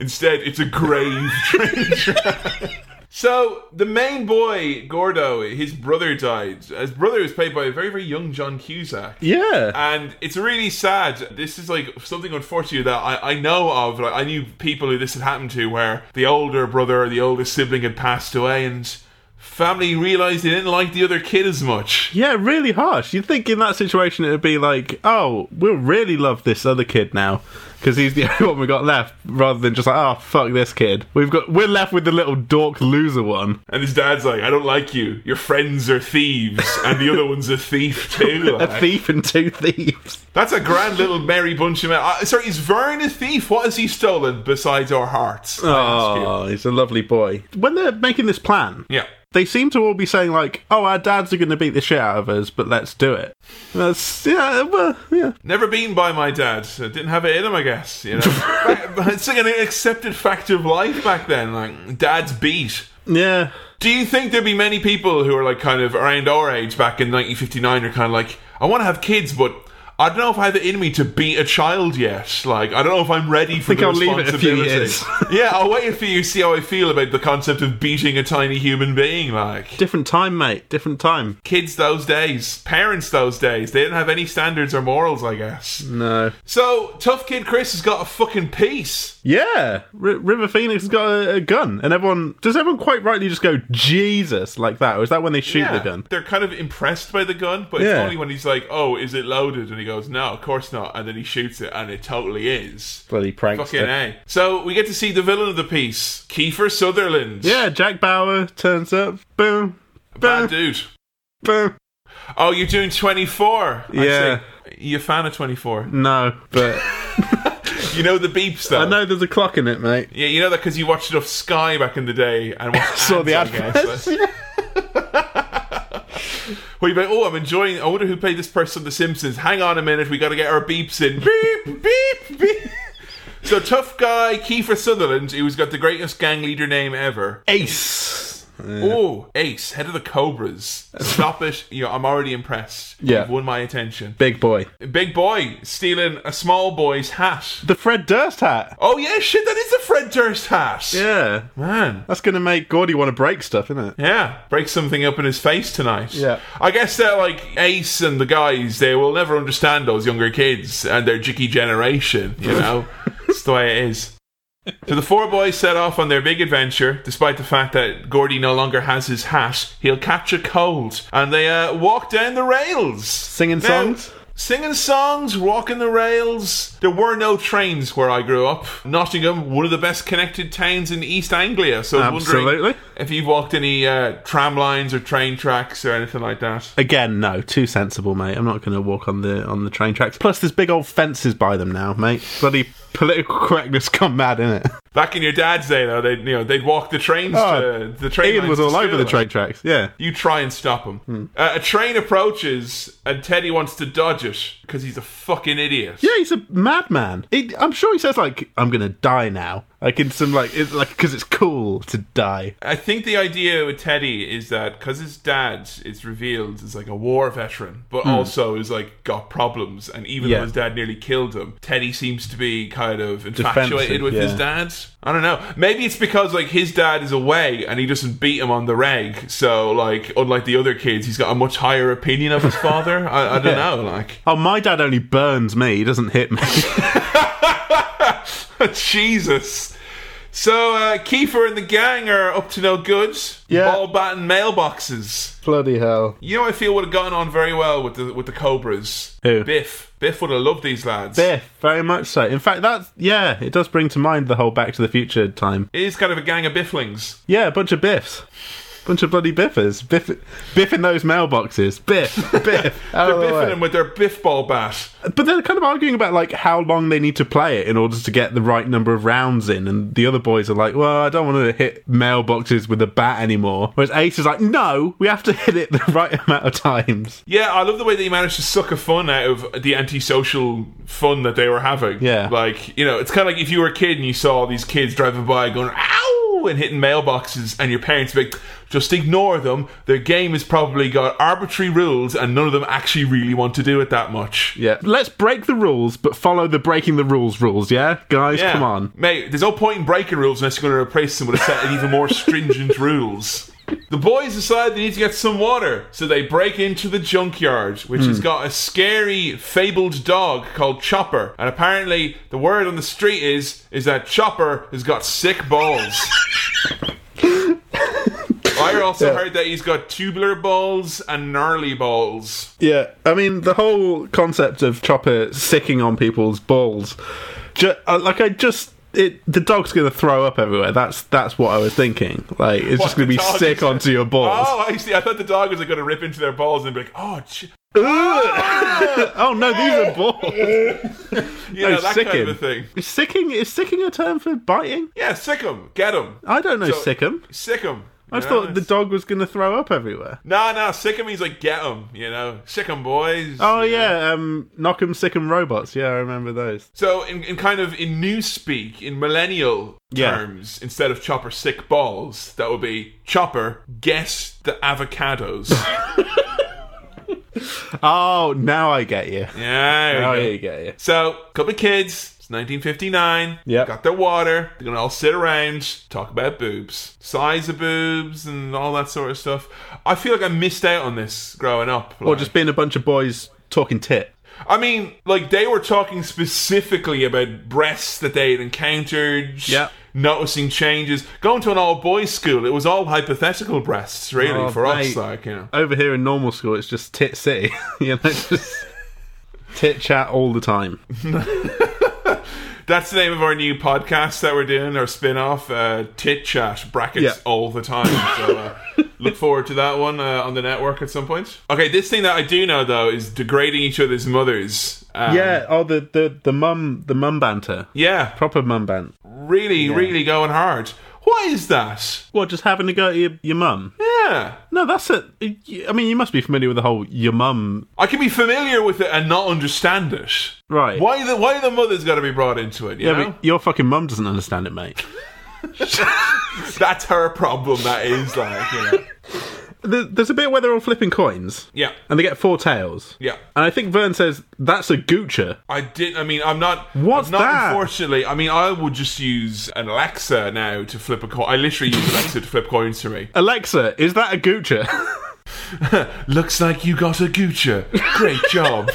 Speaker 2: Instead, it's a grave train track. So the main boy Gordo, his brother died. His brother was played by a very very young John Cusack.
Speaker 3: Yeah.
Speaker 2: And it's really sad. This is like something unfortunate that I, I know of. Like I knew people who this had happened to, where the older brother or the older sibling had passed away, and family realized they didn't like the other kid as much.
Speaker 3: Yeah, really harsh. You'd think in that situation it would be like, oh, we'll really love this other kid now because he's the only one we got left, rather than just like, oh, fuck this kid. We've got we're left with the little dork loser one.
Speaker 2: And his dad's like, "I don't like you. Your friends are thieves, and the other one's a thief too."
Speaker 3: A
Speaker 2: like.
Speaker 3: thief and two thieves.
Speaker 2: That's a grand little merry bunch of men. Uh, sorry, is Vern a thief? What has he stolen besides our hearts? I ask you.
Speaker 3: Oh, he's a lovely boy. When they're making this plan,
Speaker 2: Yeah.
Speaker 3: they seem to all be saying like, "Oh, our dads are going to beat the shit out of us, but let's do it." And that's yeah, well, yeah.
Speaker 2: Never been by my dad. So didn't have it in him, I guess. You know, Back- but it's like an accepted fact of life back then. Like dad's beat.
Speaker 3: Yeah.
Speaker 2: Do you think there'd be many people who are like kind of around our age back in 1959 are kind of like, I want to have kids, but I don't know if I have it in me to beat a child yet. Like, I don't know if I'm ready for
Speaker 3: think
Speaker 2: the
Speaker 3: I'll leave it a few
Speaker 2: responsibility.
Speaker 3: years.
Speaker 2: yeah, I'll wait for you. See how I feel about the concept of beating a tiny human being. Like,
Speaker 3: Different time, mate. Different time.
Speaker 2: kids those days, parents those days, they didn't have any standards or morals, I guess.
Speaker 3: No.
Speaker 2: So, tough kid Chris has got a fucking piece.
Speaker 3: Yeah, R- River Phoenix has got a, a gun, and everyone does everyone quite rightly just go Jesus like that, or is that when they shoot the gun?
Speaker 2: They're kind of impressed by the gun, but it's
Speaker 3: Yeah.
Speaker 2: only when he's like, "Oh, is it loaded?" and he goes, "No, of course not." And then he shoots it, and it totally is.
Speaker 3: Bloody
Speaker 2: Fucking
Speaker 3: prankster.
Speaker 2: a. So we get to see the villain of the piece, Kiefer Sutherland.
Speaker 3: Yeah, Jack Bauer turns up. Boom,
Speaker 2: bad
Speaker 3: boom,
Speaker 2: dude.
Speaker 3: boom.
Speaker 2: Oh, you're doing 24. I'd
Speaker 3: Yeah.
Speaker 2: say you a fan of 24.
Speaker 3: No, but
Speaker 2: You know the beeps though.
Speaker 3: I know there's a clock in it, mate.
Speaker 2: Yeah, you know that because you watched it off Sky back in the day and watched
Speaker 3: Saw the
Speaker 2: ads, I guess.
Speaker 3: adverts.
Speaker 2: Well, you're like, oh, I'm enjoying. I wonder who played this person on The Simpsons. Hang on a minute, we got to get our beeps in. Beep, beep, beep. So tough guy Kiefer Sutherland, who's got the greatest gang leader name ever.
Speaker 3: Ace.
Speaker 2: Oh, Ace, head of the Cobras. Stop it! You know, I'm already impressed.
Speaker 3: Yeah.
Speaker 2: You've won my attention.
Speaker 3: Big boy.
Speaker 2: Big boy stealing a small boy's hat.
Speaker 3: The Fred Durst hat.
Speaker 2: Oh yeah, shit, that is a Fred Durst hat.
Speaker 3: Yeah.
Speaker 2: man.
Speaker 3: That's going to make Gordy want to break stuff, isn't it?
Speaker 2: Yeah, break something up in his face tonight.
Speaker 3: Yeah.
Speaker 2: I guess they're like Ace and the guys, they will never understand those younger kids and their jicky generation, you know? it's the way it is. So the four boys set off on their big adventure, despite the fact that Gordy no longer has his hat. He'll catch a cold. And they uh, walk down the rails.
Speaker 3: Singing
Speaker 2: Now,
Speaker 3: songs?
Speaker 2: Singing songs, walking the rails. There were no trains where I grew up. Nottingham, one of the best connected towns in East Anglia. So I was wondering
Speaker 3: Absolutely.
Speaker 2: if you've walked any uh, tram lines or train tracks or anything like that.
Speaker 3: Again, no, too sensible, mate. I'm not going to walk on the on the train tracks. Plus, there's big old fences by them now, mate. Bloody political correctness gone mad, innit?
Speaker 2: Back in your dad's day, though, they would you know they'd walk the trains.
Speaker 3: Oh,
Speaker 2: to, the train
Speaker 3: Ian
Speaker 2: lines
Speaker 3: was
Speaker 2: to
Speaker 3: all over
Speaker 2: school.
Speaker 3: the train Hmm. tracks. Yeah.
Speaker 2: You try and stop him. Uh, a train approaches, and Teddy wants to dodge it because he's a fucking idiot.
Speaker 3: Yeah, he's a madman. He, I'm sure he says like, "I'm gonna die now," like in some like, it's like because it's cool to die.
Speaker 2: I think the idea with Teddy is that because his dad, it's revealed, is like a war veteran, but also is like got problems. And even
Speaker 3: Hmm. Yeah.
Speaker 2: though his dad nearly killed him, Teddy seems to be kind of infatuated
Speaker 3: Defensive,
Speaker 2: with his
Speaker 3: yeah.
Speaker 2: dad. I don't know. Maybe it's because like his dad is away and he doesn't beat him on the reg. So like, unlike the other kids, he's got a much higher opinion of his father. I, I don't know. Like,
Speaker 3: Oh, my dad only burns me. He doesn't hit me.
Speaker 2: Jesus. So uh, Kiefer and the gang are up to no good.
Speaker 3: Yeah.
Speaker 2: Ball batting mailboxes.
Speaker 3: Bloody hell!
Speaker 2: You know, I feel would have gone on very well with the with the Cobras.
Speaker 3: Who?
Speaker 2: Biff. Biff would have loved these lads.
Speaker 3: Yeah, very much so. In fact, that's yeah, it does bring to mind the whole Back to the Future time.
Speaker 2: It is kind of a gang of Bifflings.
Speaker 3: Yeah, a bunch of biffs, bunch of bloody biffers, biff, biff in those mailboxes, biff, biff. out
Speaker 2: They're
Speaker 3: of the
Speaker 2: biffing
Speaker 3: way.
Speaker 2: them with their Biff ball bat.
Speaker 3: But they're kind of arguing about like how long they need to play it in order to get the right number of rounds in, and the other boys are like, "Well, I don't want to hit mailboxes with a bat anymore." Whereas Ace is like, "No, we have to hit it the right amount of times."
Speaker 2: Yeah, I love the way that he managed to suck a fun out of the antisocial fun that they were having.
Speaker 3: Yeah.
Speaker 2: Like, you know, it's kind of like if you were a kid and you saw all these kids driving by going, ow! woo and hitting mailboxes, and your parents be like, just ignore them. Their game has probably got arbitrary rules, and none of them actually really want to do it that much.
Speaker 3: Yeah. Let's break the rules, but follow the breaking the rules rules, yeah? Guys,
Speaker 2: Yeah.
Speaker 3: come on.
Speaker 2: Mate, there's no point in breaking rules unless you're going to replace them with a set of even more stringent rules. The boys decide they need to get some water, so they break into the junkyard, which has
Speaker 3: Hmm.
Speaker 2: got a scary, fabled dog called Chopper. And apparently, the word on the street is is that Chopper has got sick balls. I also heard that he's got tubular balls and gnarly balls.
Speaker 3: Yeah, I mean the whole concept of Chopper sicking on people's balls, ju- uh, like I just it the dog's gonna throw up everywhere. That's that's what I was thinking. Like it's just gonna
Speaker 2: the
Speaker 3: be
Speaker 2: dog
Speaker 3: sick
Speaker 2: is-
Speaker 3: onto your balls.
Speaker 2: Oh, I see. I thought the dog was like, going to rip into their balls and be like, oh, ch-
Speaker 3: Ugh. oh no, these are balls.
Speaker 2: you know,
Speaker 3: No,
Speaker 2: that
Speaker 3: sick
Speaker 2: kind
Speaker 3: him.
Speaker 2: of a thing.
Speaker 3: Is sicking is sicking a term for biting?
Speaker 2: Yeah, sick him. Get him.
Speaker 3: I don't know
Speaker 2: So-
Speaker 3: sick 'em.
Speaker 2: Sick him.
Speaker 3: I just thought the dog was gonna throw up everywhere.
Speaker 2: No, no, sick him means like get him, you know. Sick him, boys.
Speaker 3: Oh yeah, um, knock 'em, sick 'em robots. Yeah, I remember those.
Speaker 2: So, in, in kind of in new speak, in millennial
Speaker 3: Yeah.
Speaker 2: terms, instead of chopper sick balls, that would be chopper guess the avocados.
Speaker 3: Oh, now I get you.
Speaker 2: yeah. there we
Speaker 3: Now
Speaker 2: go.
Speaker 3: I get Oh, you.
Speaker 2: So, couple of kids. It's 1959.
Speaker 3: Yep.
Speaker 2: Got their water. They're gonna all sit around, talk about boobs, size of boobs, and all that sort of stuff. I feel like I missed out on this growing up.
Speaker 3: Or just being a bunch of boys talking tit.
Speaker 2: I mean, like they were talking specifically about breasts that they had encountered.
Speaker 3: Yeah.
Speaker 2: Noticing changes, going to an all boys school, it was all hypothetical breasts, really,
Speaker 3: Oh,
Speaker 2: for us.
Speaker 3: mate.
Speaker 2: Like, you know,
Speaker 3: over here in normal school, it's just tit city. you know, it's just tit chat all the time.
Speaker 2: that's the name of our new podcast that we're doing, our spin off, uh, Tit Chat brackets
Speaker 3: Yeah.
Speaker 2: all the time. So, uh, look forward to that one uh, on the network at some point. Okay, this thing that I do know though is degrading each other's mothers. Um,
Speaker 3: yeah. Oh, the the the mum the mum banter.
Speaker 2: yeah,
Speaker 3: Proper mum bant.
Speaker 2: really, really going hard. What is that?
Speaker 3: What? Just having to go to your, your mum?
Speaker 2: Yeah.
Speaker 3: No, that's it. I mean, you must be familiar with the whole your mum.
Speaker 2: I can be familiar with it and not understand it.
Speaker 3: Right.
Speaker 2: Why the why the mother's got to be brought into it? You
Speaker 3: Yeah,
Speaker 2: know?
Speaker 3: but your fucking mum doesn't understand it, mate.
Speaker 2: that's her problem. That is like, you know.
Speaker 3: There- There's a bit where they're all flipping coins.
Speaker 2: yeah,
Speaker 3: And they get four tails.
Speaker 2: yeah.
Speaker 3: And I think Vern says that's a goocher.
Speaker 2: I did. I mean, I'm not.
Speaker 3: What's
Speaker 2: I'm not
Speaker 3: that?
Speaker 2: Unfortunately, I mean, I would just use an Alexa now to flip a coin. I literally use Alexa to flip coins for me.
Speaker 3: Alexa, is that a goocher?
Speaker 2: Looks like you got a Gucci. Great job.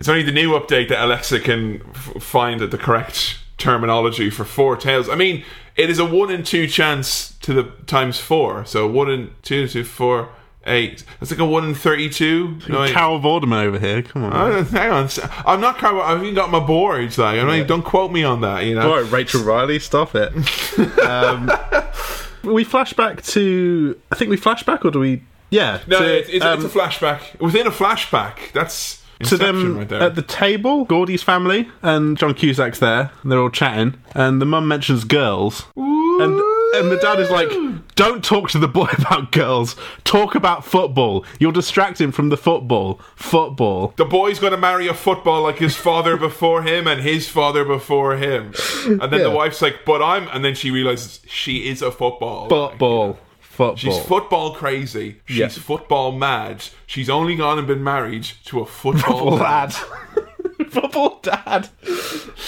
Speaker 2: it's only the new update that Alexa can f- find the correct terminology for four tails. I mean, it is a one in two chance to the times four. So one in two to four, eight. That's like a one in thirty-two. No, wait.
Speaker 3: Carol Vorderman over here. Come on.
Speaker 2: Uh, Hang on, I'm not. Car- I've even got my boards. Like, I mean, don't quote me on that. You know.
Speaker 3: All right, Rachel Riley, stop it. um, we flash back to. I think we flash back, or do we? Yeah.
Speaker 2: No,
Speaker 3: to,
Speaker 2: it's, it's,
Speaker 3: um,
Speaker 2: it's a flashback within a flashback. That's
Speaker 3: to
Speaker 2: inception
Speaker 3: them
Speaker 2: right there.
Speaker 3: at the table, Gordy's family and John Cusack's there, and they're all chatting, and the mum mentions girls, and and the dad is like, "Don't talk to the boy about girls. Talk about football. You'll distract him from the football. Football."
Speaker 2: the boy's going to marry a football like his father before him and his father before him. And then the
Speaker 3: Yeah.
Speaker 2: wife's like, but I'm. And then she realizes she is a football.
Speaker 3: Football. Football.
Speaker 2: She's football crazy. She's
Speaker 3: Yeah.
Speaker 2: football mad. She's only gone and been married to a football
Speaker 3: football
Speaker 2: man.
Speaker 3: dad. football dad.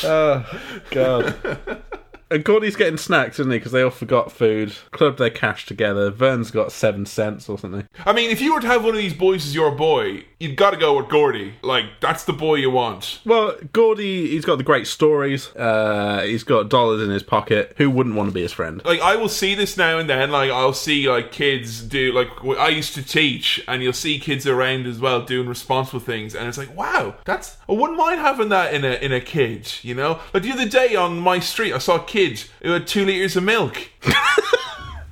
Speaker 3: Oh, God. And Gordy's getting snacks, isn't he? Because they all forgot food. Clubbed their cash together. Vern's got seven cents or something.
Speaker 2: I mean, if you were to have one of these boys as your boy, you'd got to go with Gordy. Like, that's the boy you want.
Speaker 3: Well, Gordy, he's got the great stories. Uh, he's got dollars in his pocket. Who wouldn't want to be his friend?
Speaker 2: like I will see this now and then. Like I'll see like kids do like wh- I used to teach, and you'll see kids around as well doing responsible things, and it's like wow, that's I wouldn't mind having that in a in a kid, you know. Like the other day on my street, I saw a kid who had two liters of milk.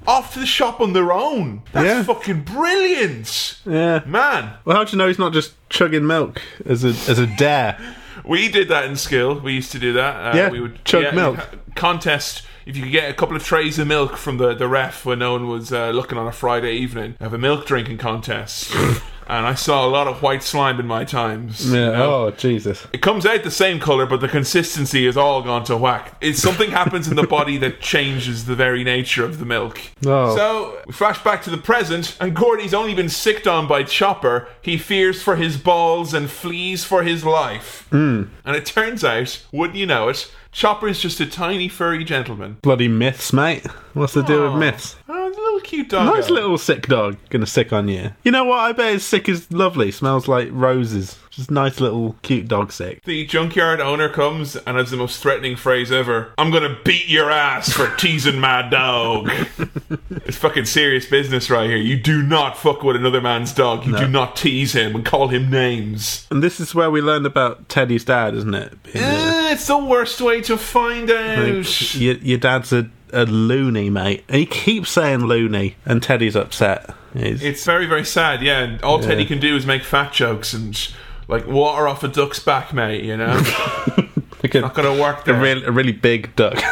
Speaker 2: Off to the shop on their own. That's
Speaker 3: Yeah.
Speaker 2: fucking brilliant,
Speaker 3: Yeah.
Speaker 2: man.
Speaker 3: Well, how do you know he's not just chugging milk as a as a dare?
Speaker 2: We did that in school. We used to do that. Uh,
Speaker 3: Yeah,
Speaker 2: we would
Speaker 3: chug milk.
Speaker 2: you'd ha- contest. If you could get a couple of trays of milk from the, the ref when no one was uh, looking on a Friday evening, have a milk drinking contest. and I saw a lot of white slime in my times.
Speaker 3: Yeah. Oh Jesus.
Speaker 2: It comes out the same color, but the consistency is all gone to whack. It's something happens in the body that changes the very nature of the milk.
Speaker 3: Oh.
Speaker 2: So, we flash back to the present, and Gordy's only been sicked on by Chopper. He fears for his balls and flees for his life.
Speaker 3: Hmm.
Speaker 2: And it turns out, wouldn't you know it, Chopper is just a tiny furry gentleman.
Speaker 3: Bloody myths, mate. What's the deal with myths?
Speaker 2: Oh, it's a little cute dog.
Speaker 3: Nice little sick dog gonna sick on you. You know what? I bet his sick is lovely. Smells like roses. Just nice little cute dog sick.
Speaker 2: The junkyard owner comes and has the most threatening phrase ever. I'm gonna beat your ass for teasing my dog. it's fucking serious business right here. You do not fuck with another man's dog. You do not tease him and call him names.
Speaker 3: And this is where we learn about Teddy's dad, isn't it? Being a-
Speaker 2: Eh, it's the worst way to find out.
Speaker 3: Like, your, your dad's a, a loony, mate. And he keeps saying loony, and Teddy's upset. He's-
Speaker 2: It's very, very sad, yeah. And all Teddy can do is make fat jokes and like water off a duck's back, mate, you know?
Speaker 3: like a,
Speaker 2: not gonna work
Speaker 3: a,
Speaker 2: there.
Speaker 3: real, a really big duck.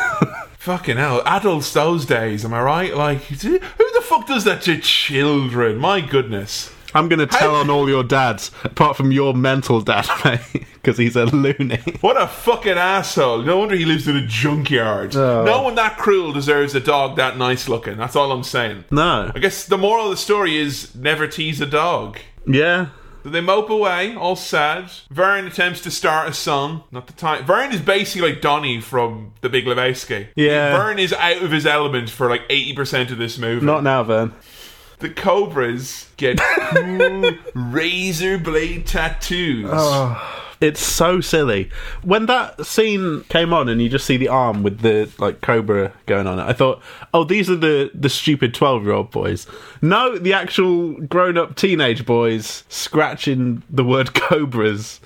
Speaker 2: Fucking hell, adults those days, am I right? Like, who the fuck does that to children? My goodness.
Speaker 3: I'm going to tell on all your dads, apart from your mental dad, mate, because he's a loony.
Speaker 2: What a fucking asshole. No wonder he lives in a junkyard. No one that cruel deserves a dog that nice looking. That's all I'm saying.
Speaker 3: No.
Speaker 2: I guess the moral of the story is never tease a dog.
Speaker 3: Yeah.
Speaker 2: They mope away, all sad. Vern attempts to start a song. Not the time. Vern is basically like Donnie from The Big Lebowski.
Speaker 3: Yeah.
Speaker 2: Vern is out of his element for like 80% of this movie.
Speaker 3: Not now, Vern.
Speaker 2: The Cobras get cool razor blade tattoos.
Speaker 3: It's so silly. When that scene came on and you just see the arm with the like cobra going on it, I thought, "Oh, these are the the stupid 12-year-old boys." No, the actual grown-up teenage boys scratching the word cobras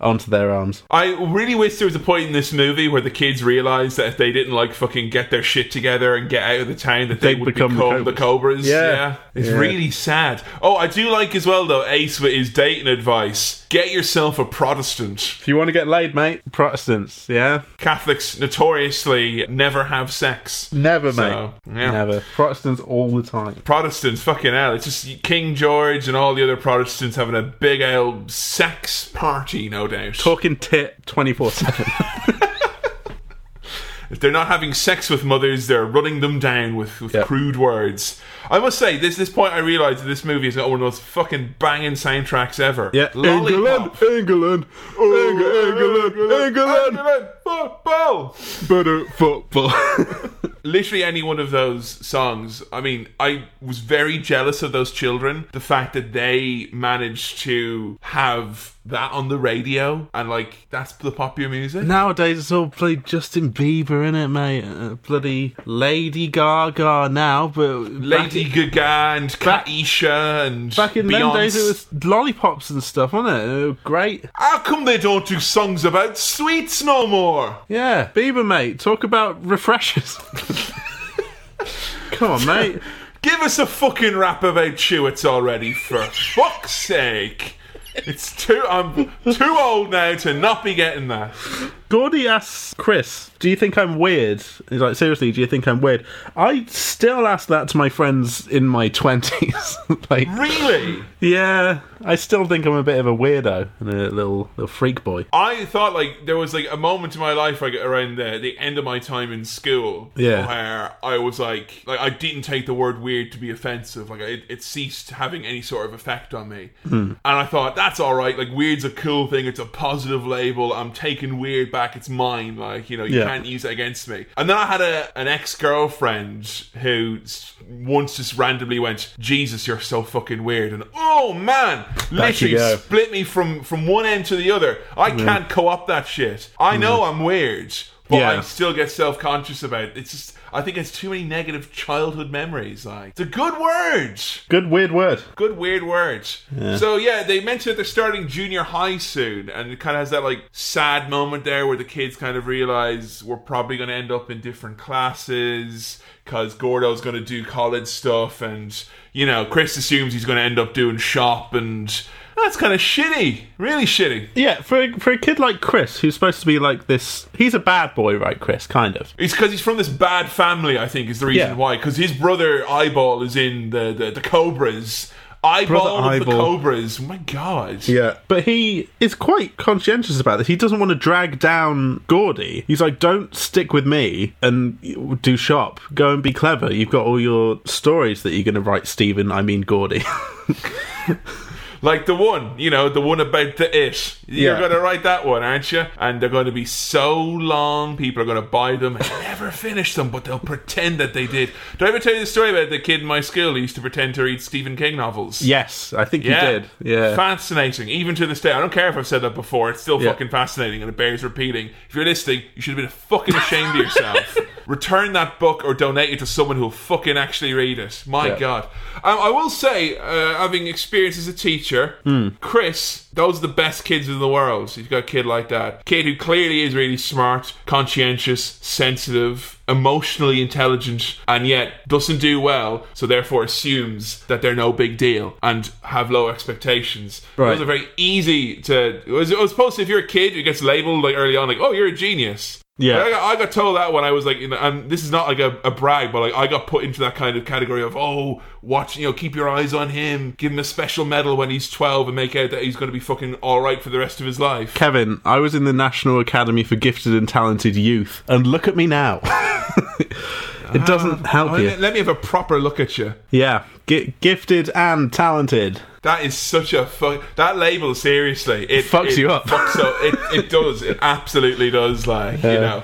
Speaker 3: onto their arms.
Speaker 2: I really wish there was a point in this movie where the kids realized that if they didn't like fucking get their shit together and get out of the town, that they
Speaker 3: They'd
Speaker 2: would
Speaker 3: become
Speaker 2: become,
Speaker 3: the
Speaker 2: the
Speaker 3: Cobras.
Speaker 2: Cobras.
Speaker 3: Yeah.
Speaker 2: it's
Speaker 3: Yeah.
Speaker 2: really sad. Oh, I do like as well though Ace with his dating advice: get yourself a Protestant.
Speaker 3: If you want to get laid, mate, Protestants, yeah?
Speaker 2: Catholics notoriously never have sex.
Speaker 3: Never,
Speaker 2: So,
Speaker 3: mate.
Speaker 2: yeah.
Speaker 3: Never. Protestants all the time.
Speaker 2: Protestants, fucking hell! It's just King George and all the other Protestants having a big old sex party, no doubt.
Speaker 3: Talking tit 24/7.
Speaker 2: If they're not having sex with mothers, they're running them down with, with
Speaker 3: Yeah.
Speaker 2: crude words. I must say, this this point I realised that this movie has got one of those fucking banging soundtracks ever.
Speaker 3: yeah.
Speaker 2: Lollipop. Oh,
Speaker 3: England, Eng-
Speaker 2: England, football.
Speaker 3: better football.
Speaker 2: Literally any one of those songs. I mean, I was very jealous of those children. The fact that they managed to have that on the radio and like that's the popular music.
Speaker 3: Nowadays, it's all bloody Justin Bieber, in it, mate? Uh, bloody Lady Gaga now, but
Speaker 2: Lady
Speaker 3: back,
Speaker 2: Gaga and Katisha and
Speaker 3: back in
Speaker 2: Beyonce.
Speaker 3: them days, it was lollipops and stuff, wasn't it? They were great.
Speaker 2: How come they don't do songs about sweets no more?
Speaker 3: Yeah, Bieber, mate. Talk about refreshers. Come on, mate.
Speaker 2: Give us a fucking rap about Chewits already, for fuck's sake. It's too. I'm too old now to not be getting that.
Speaker 3: Gordy asks Chris, "Do you think I'm weird?" He's like, "Seriously, do you think I'm weird?" I still ask that to my friends in my twenties. like,
Speaker 2: Really?
Speaker 3: yeah, I still think I'm a bit of a weirdo and a little little freak boy.
Speaker 2: I thought like there was like a moment in my life like around the, the end of my time in school
Speaker 3: Yeah.
Speaker 2: where I was like like I didn't take the word weird to be offensive like it, it ceased having any sort of effect on me
Speaker 3: Hmm.
Speaker 2: and I thought that's all right like weird's a cool thing it's a positive label I'm taking weird back it's mine like you know you
Speaker 3: Yeah.
Speaker 2: can't use it against me and then I had a an ex girlfriend who s- once just randomly went Jesus you're so fucking weird and oh man
Speaker 3: you
Speaker 2: literally
Speaker 3: go.
Speaker 2: split me from from one end to the other. I can't co-opt that shit. I know I'm weird, but
Speaker 3: Yeah.
Speaker 2: I still get self-conscious about it. It's just I think it's too many negative childhood memories. Like it's a good word,
Speaker 3: Good weird word.
Speaker 2: good weird word. So yeah, they mentioned that they're starting junior high soon, and it kind of has that like sad moment there where the kids kind of realize we're probably going to end up in different classes because Gordo's going to do college stuff, and you know Chris assumes he's going to end up doing shop and. That's kind of shitty. Really shitty.
Speaker 3: Yeah, for a, for a kid like Chris, who's supposed to be like this, he's a bad boy, right? Chris, kind of.
Speaker 2: It's because he's from this bad family, I think, is the reason
Speaker 3: Yeah.
Speaker 2: why. Because his brother Eyeball is in the, the, the Cobras. eyeball of the
Speaker 3: eyeball.
Speaker 2: cobras. My God.
Speaker 3: Yeah. But he is quite conscientious about this. He doesn't want to drag down Gordy. He's like, don't stick with me and do shop. Go and be clever. You've got all your stories that you're going to write, Stephen. I mean, Gordy.
Speaker 2: Like the one, you know, the one about the it. You're
Speaker 3: Yeah.
Speaker 2: going to write that one, aren't you? And they're going to be so long, people are going to buy them and never finish them, but they'll pretend that they did. Did I ever tell you the story about the kid in my school who used to pretend to read Stephen King novels?
Speaker 3: yes, I think he did. Yeah.
Speaker 2: Fascinating. Even to this day. I don't care if I've said that before. It's still
Speaker 3: Yeah.
Speaker 2: fucking fascinating and it bears repeating. If you're listening, you should have been fucking ashamed of yourself. Return that book or donate it to someone who'll fucking actually read it. My
Speaker 3: Yeah.
Speaker 2: God. Um, I will say, uh, having experience as a teacher,
Speaker 3: Hmm.
Speaker 2: Chris, those are the best kids in the world. So you've got a kid like that. Kid who clearly is really smart, conscientious, sensitive, emotionally intelligent, and yet doesn't do well, so therefore assumes that they're no big deal and have low expectations.
Speaker 3: Right.
Speaker 2: Those are very easy to. As as opposed to if you're a kid who gets labeled like early on, like, oh, you're a genius.
Speaker 3: Yeah.
Speaker 2: Like, I, got, I got told that when I was like, you know, and this is not like a, a brag, but like I got put into that kind of category of oh, watch, you know, keep your eyes on him, give him a special medal when he's twelve, and make out that he's going to be fucking all right for the rest of his life.
Speaker 3: Kevin, I was in the National Academy for Gifted and Talented Youth, and look at me now. it doesn't help
Speaker 2: Oh,
Speaker 3: you.
Speaker 2: let, let me have a proper look at you.
Speaker 3: Yeah, G- gifted and talented.
Speaker 2: That is such a fuck. That label, seriously, it
Speaker 3: Fucks
Speaker 2: it
Speaker 3: you up.
Speaker 2: Fucks up. It, it does. It absolutely does. Like you know.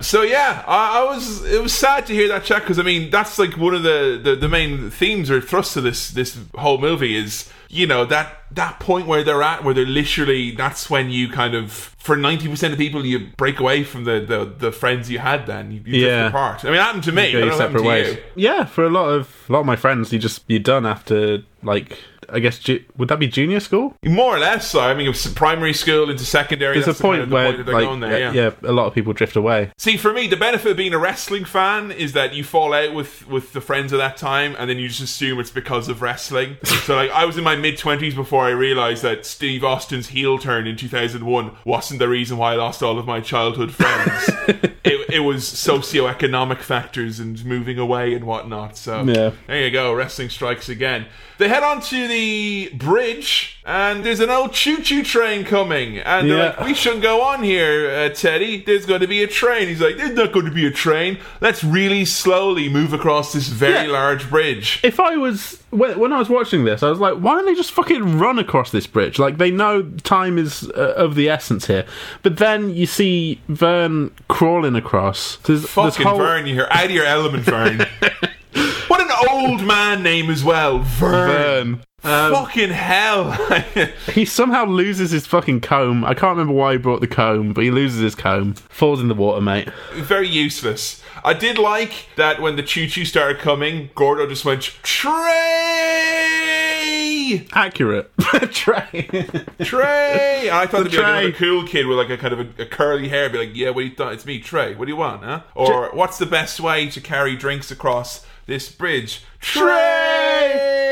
Speaker 2: So yeah, I, I was. It was sad to hear that chat because I mean that's like one of the, the the main themes or thrusts of this this whole movie is you know that that point where they're at where they're literally that's when you kind of for ninety percent of people you break away from the the, the friends you had then you, you
Speaker 3: Yeah.
Speaker 2: drift apart. I mean, it happened to me. I
Speaker 3: go
Speaker 2: don't
Speaker 3: your
Speaker 2: know if it happened to
Speaker 3: separate ways.
Speaker 2: you.
Speaker 3: Yeah, for a lot of a lot of my friends, you just you're done after like I guess ju- would that be junior school?
Speaker 2: More or less. So I mean, it was primary school into secondary.
Speaker 3: There's
Speaker 2: that's
Speaker 3: a
Speaker 2: the kind
Speaker 3: point
Speaker 2: of the
Speaker 3: where
Speaker 2: that they're
Speaker 3: like
Speaker 2: going there,
Speaker 3: yeah, yeah, a lot of people drift away.
Speaker 2: See, for me, the benefit of being a wrestling fan is that you fall out with with the friends of that time, and then you just assume it's because of wrestling. so, like, I was in my mid twenties before I realized that Steve Austin's heel turn in two thousand one wasn't the reason why I lost all of my childhood friends. it, it was socioeconomic factors and moving away and whatnot. So,
Speaker 3: Yeah.
Speaker 2: there you go. Wrestling strikes again. They head on to the bridge, and there's an old choo choo train coming, and they're
Speaker 3: Yeah.
Speaker 2: like, we shouldn't go on here, uh, Teddy. There's going to be a train. He's like, there's not going to be a train. Let's really slowly move across this very
Speaker 3: Yeah.
Speaker 2: large bridge.
Speaker 3: If I was when when I was watching this, I was like, why don't they just fucking run across this bridge? Like they know time is uh, of the essence here. But then you see Vern crawling across. There's, there's
Speaker 2: Fucking
Speaker 3: whole-
Speaker 2: Vern, you're out of your element, Vern. what an old man name as well, Vern.
Speaker 3: Vern. Um,
Speaker 2: Fucking hell.
Speaker 3: He somehow loses his fucking comb. I can't remember why he brought the comb, but he loses his comb. Falls in the water, mate.
Speaker 2: very useless. I did like that when the choo choo started coming, Gordo just went, Trey!
Speaker 3: Accurate. Tray.
Speaker 2: Trey! And I thought it'd be like
Speaker 3: Trey.
Speaker 2: another cool kid with like a kind of a, a curly hair, be like, "Yeah, what do you thought? It's me, Trey. What do you want, huh? Or what's the best way to carry drinks across this bridge, Trey?"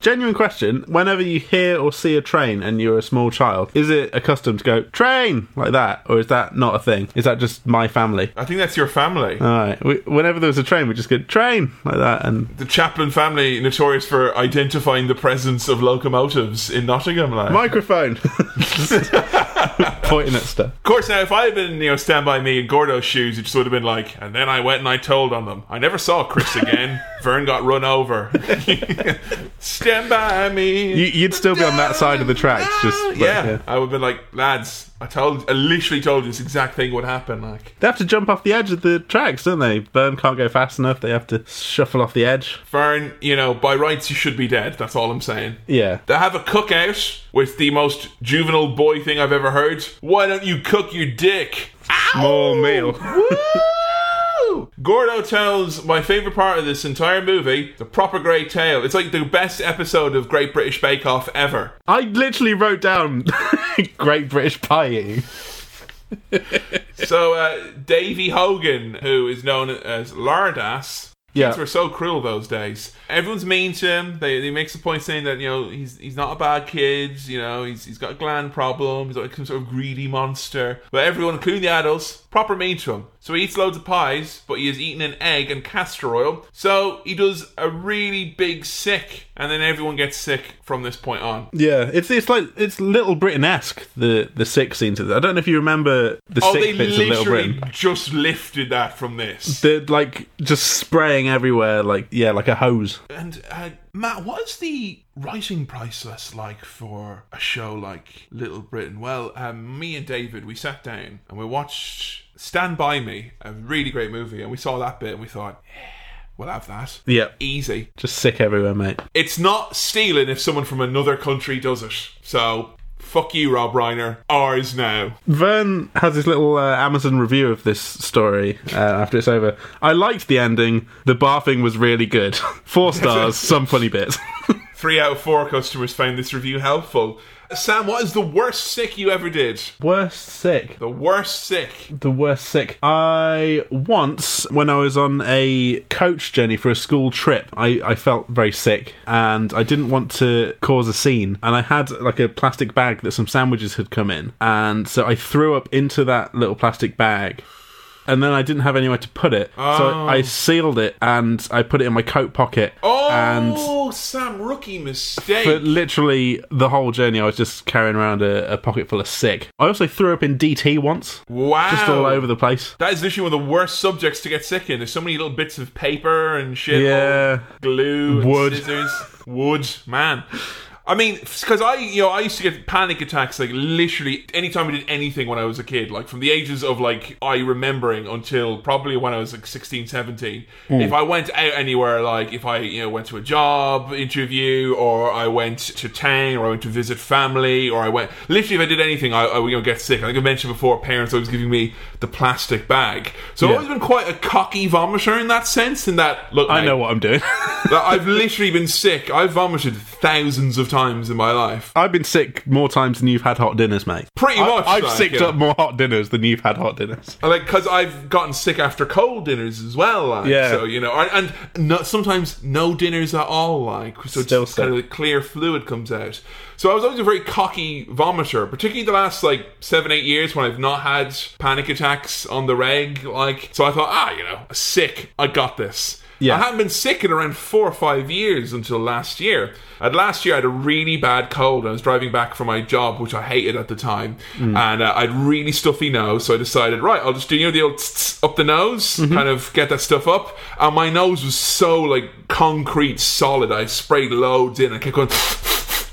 Speaker 3: Genuine question. Whenever you hear or see a train and you're a small child, is it accustomed to go, train, like that? Or is that not a thing? Is that just my family?
Speaker 2: I think that's your family.
Speaker 3: Alright. We- Whenever there was a train, we just go, train, like that. And
Speaker 2: the Chaplin family, notorious for identifying the presence of locomotives in Nottingham. Like.
Speaker 3: microphone. Pointing at stuff.
Speaker 2: Of course, now if I had been, you know, Stand By Me in Gordo's shoes, it just would have been like, and then I went and I told on them. I never saw Chris again. Vern got run over. Stand By Me.
Speaker 3: You- you'd still be on that side of the tracks, just like,
Speaker 2: yeah,
Speaker 3: yeah.
Speaker 2: I would have been like, lads, I told, I literally told you this exact thing would happen. Like,
Speaker 3: They have to jump off the edge of the tracks, don't they? Burn can't go fast enough. They have to shuffle off the edge.
Speaker 2: Fern, you know, by rights you should be dead. That's all I'm saying.
Speaker 3: Yeah.
Speaker 2: They have a cookout with the most juvenile boy thing I've ever heard. Why don't you cook your dick?
Speaker 3: Small meal.
Speaker 2: Woo! Gordo tells my favorite part of this entire movie, the proper great tale. It's like the best episode of Great British Bake Off ever.
Speaker 3: I literally wrote down Great British Pie Eating.
Speaker 2: so uh, Davy Hogan, who is known as Lardass,
Speaker 3: Yeah.
Speaker 2: kids were so cruel those days. Everyone's mean to him. They they makes a point saying that you know he's he's not a bad kid. You know he's he's got a gland problem. He's like some sort of greedy monster. But everyone, including the adults, proper meat to him. So he eats loads of pies, but he has eaten an egg and castor oil. So he does a really big sick, and then everyone gets sick from this point on.
Speaker 3: Yeah, it's it's like it's Little Britain esque the the sick scenes. of that. I don't know if you remember the
Speaker 2: Oh, they
Speaker 3: sick bits of Little
Speaker 2: literally
Speaker 3: Britain.
Speaker 2: just lifted that from this.
Speaker 3: They're like just spraying everywhere, like yeah, like a hose.
Speaker 2: And uh, Matt, what is the writing process like for a show like Little Britain? Well, um, me and David, we sat down and we watched Stand By Me, a really great movie, and we saw that bit and we thought, yeah, we'll have that.
Speaker 3: Yeah,
Speaker 2: Easy.
Speaker 3: just sick everywhere, mate.
Speaker 2: It's not stealing if someone from another country does it. So, fuck you, Rob Reiner. Ours now.
Speaker 3: Vern has his little uh, Amazon review of this story uh, after it's over. I liked the ending. The barfing was really good. Four stars. some funny bits.
Speaker 2: Three out of four customers found this review helpful. Sam, what is the worst sick you ever did?
Speaker 3: worst sick.
Speaker 2: The worst sick.
Speaker 3: The worst sick. I once, when I was on a coach journey for a school trip, I, I felt very sick and I didn't want to cause a scene. And I had like a plastic bag that some sandwiches had come in. And so I threw up into that little plastic bag. And then I didn't have anywhere to put it. So
Speaker 2: Oh.
Speaker 3: I sealed it and I put it in my coat pocket. And
Speaker 2: Oh, Sam, rookie mistake.
Speaker 3: but literally the whole journey, I was just carrying around a, a pocket full of sick. I also threw up in DT once,
Speaker 2: wow.
Speaker 3: just all over the place.
Speaker 2: That is literally one of the worst subjects to get sick in. There's so many little bits of paper and shit.
Speaker 3: Yeah.
Speaker 2: all Glue, and
Speaker 3: Wood.
Speaker 2: scissors, wood, man. I mean, because I, you know, I used to get panic attacks like literally anytime I did anything when I was a kid, like from the ages of like I remembering until probably when I was like 16, 17.
Speaker 3: Hmm.
Speaker 2: If I went out anywhere, like if I, you know, went to a job interview or I went to town or I went to visit family or I went, literally if I did anything, I, I would you know, get sick. I think I mentioned before, parents always giving me the plastic bag. So I've
Speaker 3: Yeah.
Speaker 2: always been quite a cocky vomiter in that sense, in that, look,
Speaker 3: I
Speaker 2: mate,
Speaker 3: know what I'm doing.
Speaker 2: that I've literally been sick. I've vomited thousands of times in my life.
Speaker 3: I've been sick more times than you've had hot dinners, mate.
Speaker 2: Pretty
Speaker 3: I-
Speaker 2: much,
Speaker 3: I've
Speaker 2: like,
Speaker 3: sicked
Speaker 2: yeah.
Speaker 3: up more hot dinners than you've had hot dinners.
Speaker 2: And, Like, because I've gotten sick after cold dinners as well. Like,
Speaker 3: Yeah.
Speaker 2: So you know, and, and no, sometimes no dinners at all. Like, so
Speaker 3: Still
Speaker 2: just kind of like clear fluid comes out. So I was always a very cocky vomiter, particularly the last like seven, eight years when I've not had panic attacks on the reg. Like, so I thought, ah, you know, sick. I got this.
Speaker 3: Yeah.
Speaker 2: I haven't been sick in around four or five years until last year. And last year, I had a really bad cold. I was driving back from my job, which I hated at the time, and uh, I had really stuffy nose. So I decided, right, I'll just do you know the old tss up the nose, kind of get that stuff up. And my nose was so like concrete solid. I sprayed loads in. I kept going.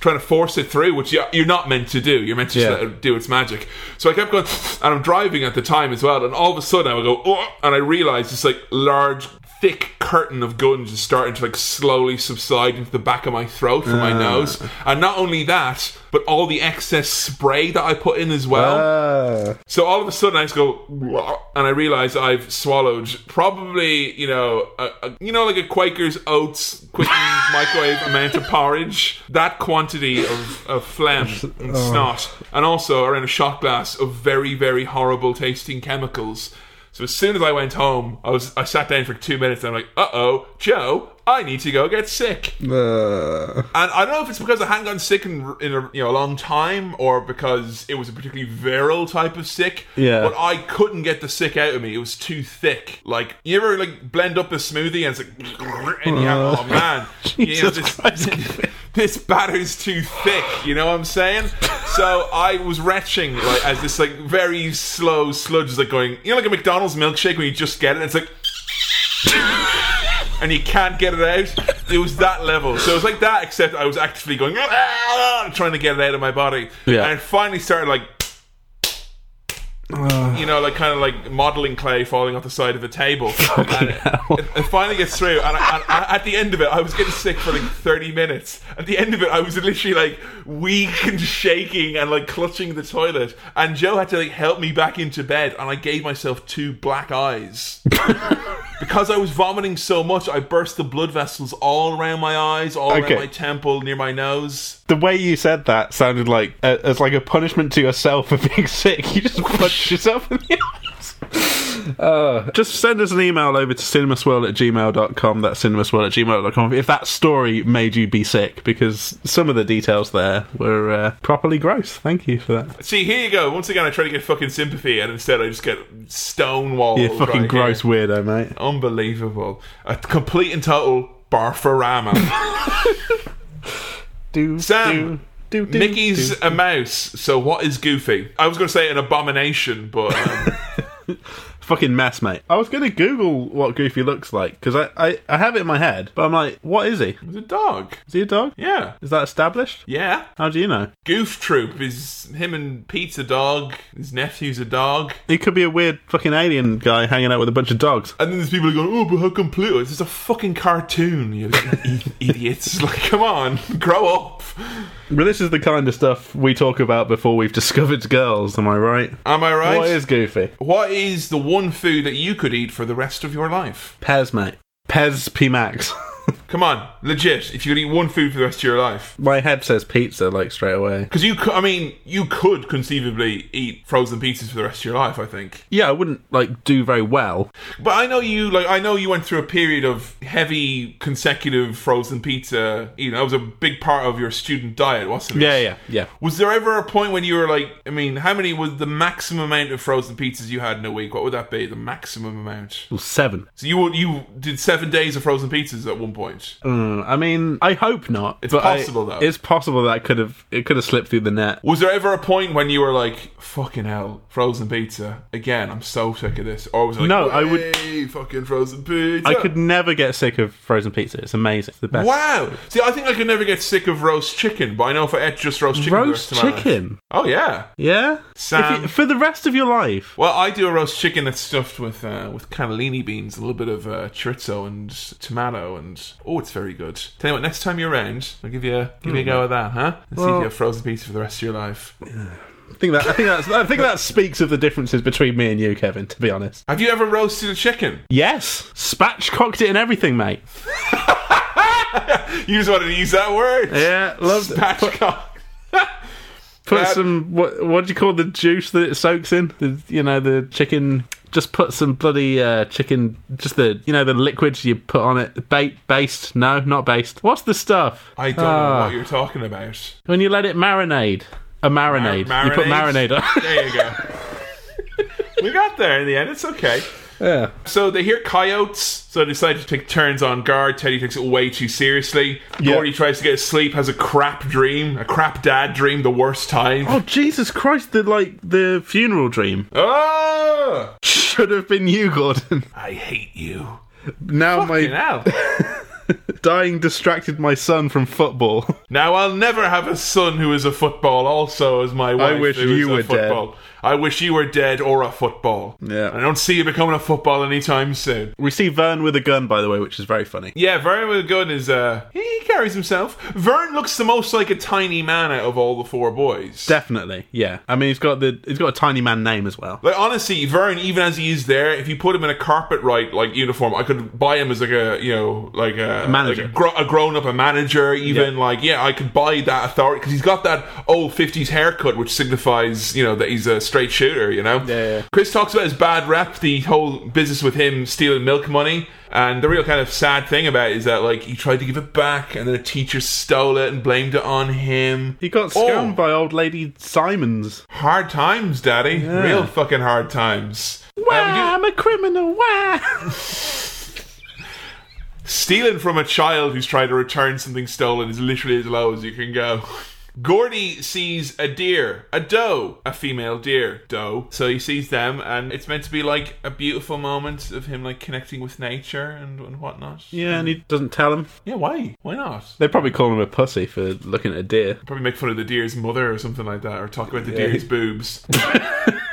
Speaker 2: Trying to force it through, which you- you're not meant to do. You're meant to just
Speaker 3: Yeah.
Speaker 2: let it do its magic. So I kept going, and I'm driving at the time as well, and all of a sudden I would go, oh, and I realized this like large, thick curtain of guns is starting to like slowly subside into the back of my throat from my nose. And not only that, but all the excess spray that I put in as well.
Speaker 3: Oh.
Speaker 2: So all of a sudden, I just go, "Wah," and I realize I've swallowed probably, you know, a, a, you know, like a Quaker's oats quick microwave amount of porridge, that quantity of, of phlegm and snot, and also around a shot glass of very, very horrible tasting chemicals. So as soon as I went home, I was I sat down for two minutes, and I'm like, uh oh, Joe, I need to go get sick. And I don't know if it's because I hadn't gotten sick in, in a, you know, a long time or because it was a particularly virile type of sick.
Speaker 3: Yeah.
Speaker 2: But I couldn't get the sick out of me. It was too thick. Like, you ever, like, blend up a smoothie and it's like, and you have, oh, man. you know,
Speaker 3: Jesus
Speaker 2: this,
Speaker 3: Christ.
Speaker 2: this batter's too thick. You know what I'm saying? so I was retching, like, as this, like, very slow sludge is, like, going, you know, like a McDonald's milkshake when you just get it and it's like, and you can't get it out. It was that level. So it was like that, except I was actively going "Ah," trying to get it out of my body.
Speaker 3: Yeah.
Speaker 2: And it finally started like you know, like kind of like modeling clay falling off the side of a table. And it, it- it finally gets through, and, I, and I, at the end of it, I was getting sick for like thirty minutes. At the end of it, I was literally like weak and shaking, and like clutching the toilet. And Joe had to like help me back into bed, and I gave myself two black eyes because I was vomiting so much. I burst the blood vessels all around my eyes, all
Speaker 3: Okay.
Speaker 2: around my temple, near my nose.
Speaker 3: The way you said that sounded like uh, as like a punishment to yourself for being sick. You just punched yourself in the eyes. Just send us an email over to cinemaswirl at gmail.com. That's cinemaswirl at gmail.com. If that story made you be sick, because some of the details there were uh, properly gross. Thank you for that.
Speaker 2: See, here you go. Once again, I try to get fucking sympathy, and instead I just get stonewalled.
Speaker 3: You fucking
Speaker 2: right
Speaker 3: gross
Speaker 2: here.
Speaker 3: weirdo, mate.
Speaker 2: Unbelievable. A complete and total barfarama.
Speaker 3: Do,
Speaker 2: Sam,
Speaker 3: do, do, do,
Speaker 2: Mickey's
Speaker 3: do.
Speaker 2: a mouse, so what is Goofy? I was going to say an abomination, but um,
Speaker 3: fucking mess, mate. I was going to Google what Goofy looks like, because I, I, I have it in my head, but I'm like, what is he?
Speaker 2: it's a dog.
Speaker 3: Is he a dog?
Speaker 2: Yeah.
Speaker 3: Is that established?
Speaker 2: Yeah.
Speaker 3: How do you know?
Speaker 2: Goof Troop is him and Pete's a dog, his nephew's a dog.
Speaker 3: He could be a weird fucking alien guy hanging out with a bunch of dogs.
Speaker 2: And then there's people who go, oh, but how come Pluto? It's just a fucking cartoon, you i- idiots. Like, come on, grow up.
Speaker 3: But this is the kind of stuff we talk about before we've discovered girls, am I right?
Speaker 2: Am I right?
Speaker 3: What is Goofy?
Speaker 2: what is the one food that you could eat for the rest of your life?
Speaker 3: Pez, mate. Pez P Max.
Speaker 2: Come on, legit. If you could eat one food for the rest of your life.
Speaker 3: My head says pizza, like, straight away.
Speaker 2: Because you, cou- I mean, you could conceivably eat frozen pizzas for the rest of your life. I think,
Speaker 3: Yeah, I wouldn't, like, do very well.
Speaker 2: but I know you like. I know you went through a period of heavy consecutive frozen pizza. You know, that was a big part of your student diet, wasn't it?
Speaker 3: Yeah, yeah, yeah.
Speaker 2: Was there ever a point when you were like, I mean, how many was the maximum amount of frozen pizzas you had in a week? What would that be? The maximum amount.
Speaker 3: Well, seven.
Speaker 2: So you you did seven days of frozen pizzas at one point.
Speaker 3: Mm, I mean, I hope not.
Speaker 2: Hmm, It's
Speaker 3: but I-
Speaker 2: possible, though.
Speaker 3: It's possible that could have it could have slipped through the net.
Speaker 2: Was there ever a point when you were like, fucking hell, frozen pizza again? I'm so sick of this. Or was it like,
Speaker 3: No, I would-
Speaker 2: "Hey, fucking frozen pizza.
Speaker 3: I could never get sick of frozen pizza. It's amazing. It's the best.
Speaker 2: Wow. See, I think I could never get sick of roast chicken, but I know if I ate just roast chicken, the rest
Speaker 3: Roast
Speaker 2: of my life-
Speaker 3: chicken.
Speaker 2: Oh yeah.
Speaker 3: Yeah?
Speaker 2: Sam.
Speaker 3: If you- for the rest of your life.
Speaker 2: Well, I do a roast chicken that's stuffed with uh, with cannellini beans, a little bit of uh, chorizo and tomato, and oh, it's very good. Tell you what, next time you're around, I'll give you a, give you a go at that, huh? And see if
Speaker 3: Hmm. Well-
Speaker 2: you have frozen pizza for the rest of your life.
Speaker 3: I think that I think that's I think that speaks of the differences between me and you, Kevin, to be honest.
Speaker 2: Have you ever roasted a chicken?
Speaker 3: Yes. Spatchcocked it and everything, mate.
Speaker 2: You just wanted to use that word.
Speaker 3: Yeah, loved it.
Speaker 2: Spatchcock.
Speaker 3: Put
Speaker 2: That-
Speaker 3: some what what do you call the juice that it soaks in? The, you know the chicken. Just put some bloody uh, chicken. Just the you know the liquids you put on it. Bait based? No, not based. What's the stuff?
Speaker 2: I don't know
Speaker 3: Ah.
Speaker 2: what you're talking about.
Speaker 3: When you let it marinate. A marinade.
Speaker 2: Mar-
Speaker 3: you put
Speaker 2: marinade?
Speaker 3: marinade on.
Speaker 2: There you go. we got there in the end. It's okay.
Speaker 3: yeah.
Speaker 2: So they hear coyotes, so they decide to take turns on guard. Teddy takes it way too seriously.
Speaker 3: Yeah.
Speaker 2: Gordy tries to get asleep, has a crap dream, a crap dad dream, the worst time.
Speaker 3: Oh Jesus Christ! The like the funeral dream
Speaker 2: Ah!
Speaker 3: should have been you, Gordon.
Speaker 2: I hate you.
Speaker 3: Now
Speaker 2: You
Speaker 3: my
Speaker 2: know.
Speaker 3: dying distracted my son from football.
Speaker 2: now I'll never have a son who is a football. Also, as my wife,
Speaker 3: wish
Speaker 2: who is
Speaker 3: you
Speaker 2: a
Speaker 3: were dead.
Speaker 2: football. I wish you were dead or a football.
Speaker 3: Yeah.
Speaker 2: I don't see you becoming a football anytime soon.
Speaker 3: we see Vern with a gun, by the way, which is very funny.
Speaker 2: Yeah, Vern with a gun is uh he carries himself. Vern looks the most like a tiny man out of all the four boys.
Speaker 3: Definitely, yeah. I mean, he's got the he's got a tiny man name as well.
Speaker 2: like honestly, Vern, even as he is there, if you put him in a carpet right like uniform, I could buy him as like a you know like a,
Speaker 3: manager.
Speaker 2: like a, gro- a grown up, a manager. Even like yeah, I could buy that authority because he's got that old fifties haircut, which signifies you know that he's a straight shooter. You know,
Speaker 3: Yeah, yeah.
Speaker 2: Chris talks about his bad rep, the whole business with him stealing milk money. And the real kind of sad thing about it is that, like, he tried to give it back, and then a teacher stole it and blamed it on him.
Speaker 3: He got
Speaker 2: Oh,
Speaker 3: scammed by old lady Simons.
Speaker 2: hard times, Daddy. Real fucking hard times. Uh, we do-
Speaker 3: I'm a criminal. Wah!
Speaker 2: stealing from a child who's trying to return something stolen is literally as low as you can go. Gordy sees a deer, a doe, a female deer, doe. So he sees them, and it's meant to be like a beautiful moment of him like connecting with nature and, and whatnot.
Speaker 3: yeah, and he doesn't tell him.
Speaker 2: Yeah, why? Why not?
Speaker 3: They probably call him a pussy for looking at a deer.
Speaker 2: Probably make fun of the deer's mother or something like that, or talk about the deer's boobs.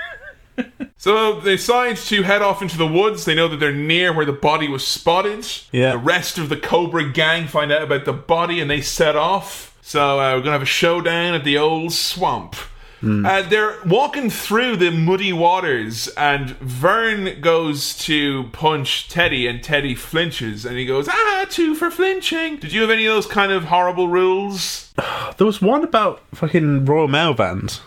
Speaker 2: so they decide to head off into the woods. They know that they're near where the body was spotted.
Speaker 3: Yeah.
Speaker 2: The rest of the Cobra gang find out about the body and they set off. So uh, we're gonna have a showdown at the old swamp. Uh, they're walking through the muddy waters, and Vern goes to punch Teddy, and Teddy flinches, and he goes, "Ah, two for flinching." Did you have any of those kind of horrible rules?
Speaker 3: There was one about fucking Royal Mail vans.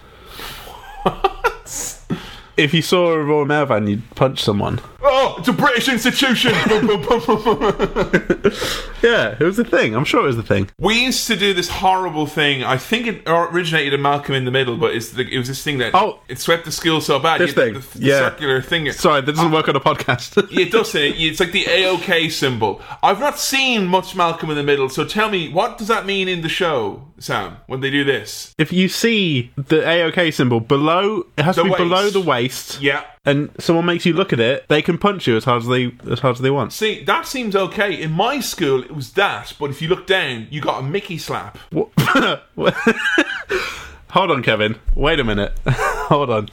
Speaker 3: if you saw a raw mail van, you'd punch someone.
Speaker 2: Oh, it's a British institution.
Speaker 3: Yeah, it was a thing. I'm sure it was a thing.
Speaker 2: we used to do this horrible thing. I think it originated in Malcolm in the Middle, but it's the, it was this thing that
Speaker 3: Oh.
Speaker 2: it swept the school so bad.
Speaker 3: This
Speaker 2: You- the-
Speaker 3: thing.
Speaker 2: the,
Speaker 3: Yeah.
Speaker 2: circular thing.
Speaker 3: Sorry, that doesn't work on a podcast.
Speaker 2: It doesn't. It- It's like the AOK symbol. I've not seen much Malcolm in the Middle, so tell me, what does that mean in the show, Sam, when they do this?
Speaker 3: if you see the AOK symbol below, it has
Speaker 2: The
Speaker 3: to be below
Speaker 2: waist.
Speaker 3: the waist.
Speaker 2: Yeah.
Speaker 3: And someone makes you look at it, they can punch you as hard as they as hard as they want.
Speaker 2: See, that seems okay. In my school, it was that, but if you look down, you got a Mickey slap.
Speaker 3: What- Hold on, Kevin. Wait a minute. Hold on.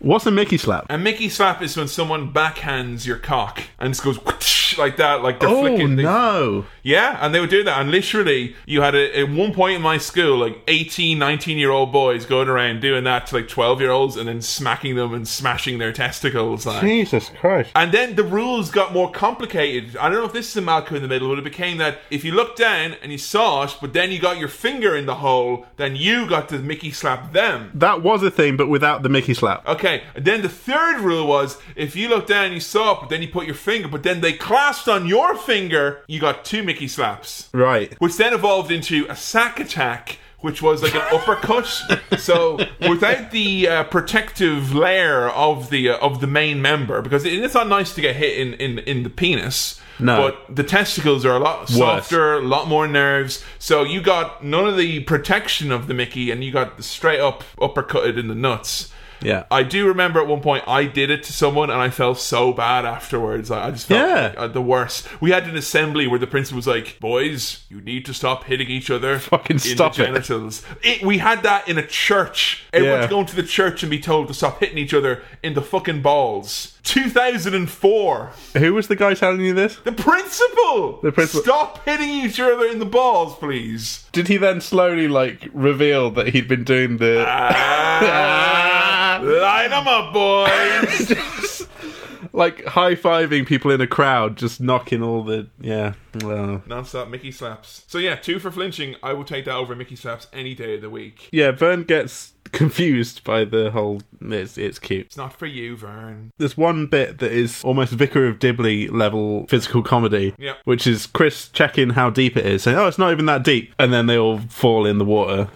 Speaker 3: What's a Mickey slap?
Speaker 2: A Mickey slap is when someone backhands your cock and just goes whoosh like that, like
Speaker 3: Oh,
Speaker 2: they're flicking. they-
Speaker 3: no!
Speaker 2: Yeah, and they would do that. And literally, you had a, at one point in my school, like 18, 19 year old boys going around doing that to like 12 year olds and then smacking them and smashing their testicles. Like.
Speaker 3: Jesus Christ!
Speaker 2: And then the rules got more complicated. I don't know if this is a Malcolm in the Middle, but it became that if you looked down and you saw it, but then you got your finger in the hole, then you got to Mickey slap them.
Speaker 3: That was a thing, but without the Mickey slap.
Speaker 2: Okay, and then the third rule was if you looked down and you saw it, but then you put your finger, but then they clasped on your finger, you got two Mickey slaps.
Speaker 3: Right.
Speaker 2: Which then evolved into a sack attack. Which was like an uppercut. so without the uh, protective layer of the uh, of the main member, because it, it's not nice to get hit in, in, in the penis.
Speaker 3: No.
Speaker 2: But the testicles are a lot softer, a lot more nerves. So you got none of the protection of the Mickey, and you got the straight up uppercutted in the nuts.
Speaker 3: Yeah.
Speaker 2: I do remember at one point I did it to someone and I felt so bad afterwards. I, I just felt
Speaker 3: Yeah.
Speaker 2: like, uh, the worst. We had an assembly where the principal was like, "Boys, you need to stop hitting each other.
Speaker 3: Fucking
Speaker 2: in
Speaker 3: stop
Speaker 2: the
Speaker 3: it."
Speaker 2: genitals." It. We had that in a church. Everyone's
Speaker 3: Yeah.
Speaker 2: going to the church and be told to stop hitting each other in the fucking balls. 2004.
Speaker 3: Who was the guy telling you this?
Speaker 2: The principal. The
Speaker 3: principal-
Speaker 2: Stop hitting each other in the balls, please.
Speaker 3: Did he then slowly like reveal that he'd been doing the?
Speaker 2: Ah, line 'em up, boys.
Speaker 3: just like high fiving people in a crowd, just knocking all the yeah. Well,
Speaker 2: Non-stop Mickey slaps. So yeah, two for flinching. I will take that over Mickey slaps any day of the week.
Speaker 3: yeah. Vern gets confused by the whole. It's it's cute.
Speaker 2: It's not for you, Vern.
Speaker 3: There's one bit that is almost Vicar of Dibley level physical comedy,
Speaker 2: Yeah.
Speaker 3: which is Chris checking how deep it is, saying, "Oh, it's not even that deep," and then they all fall in the water.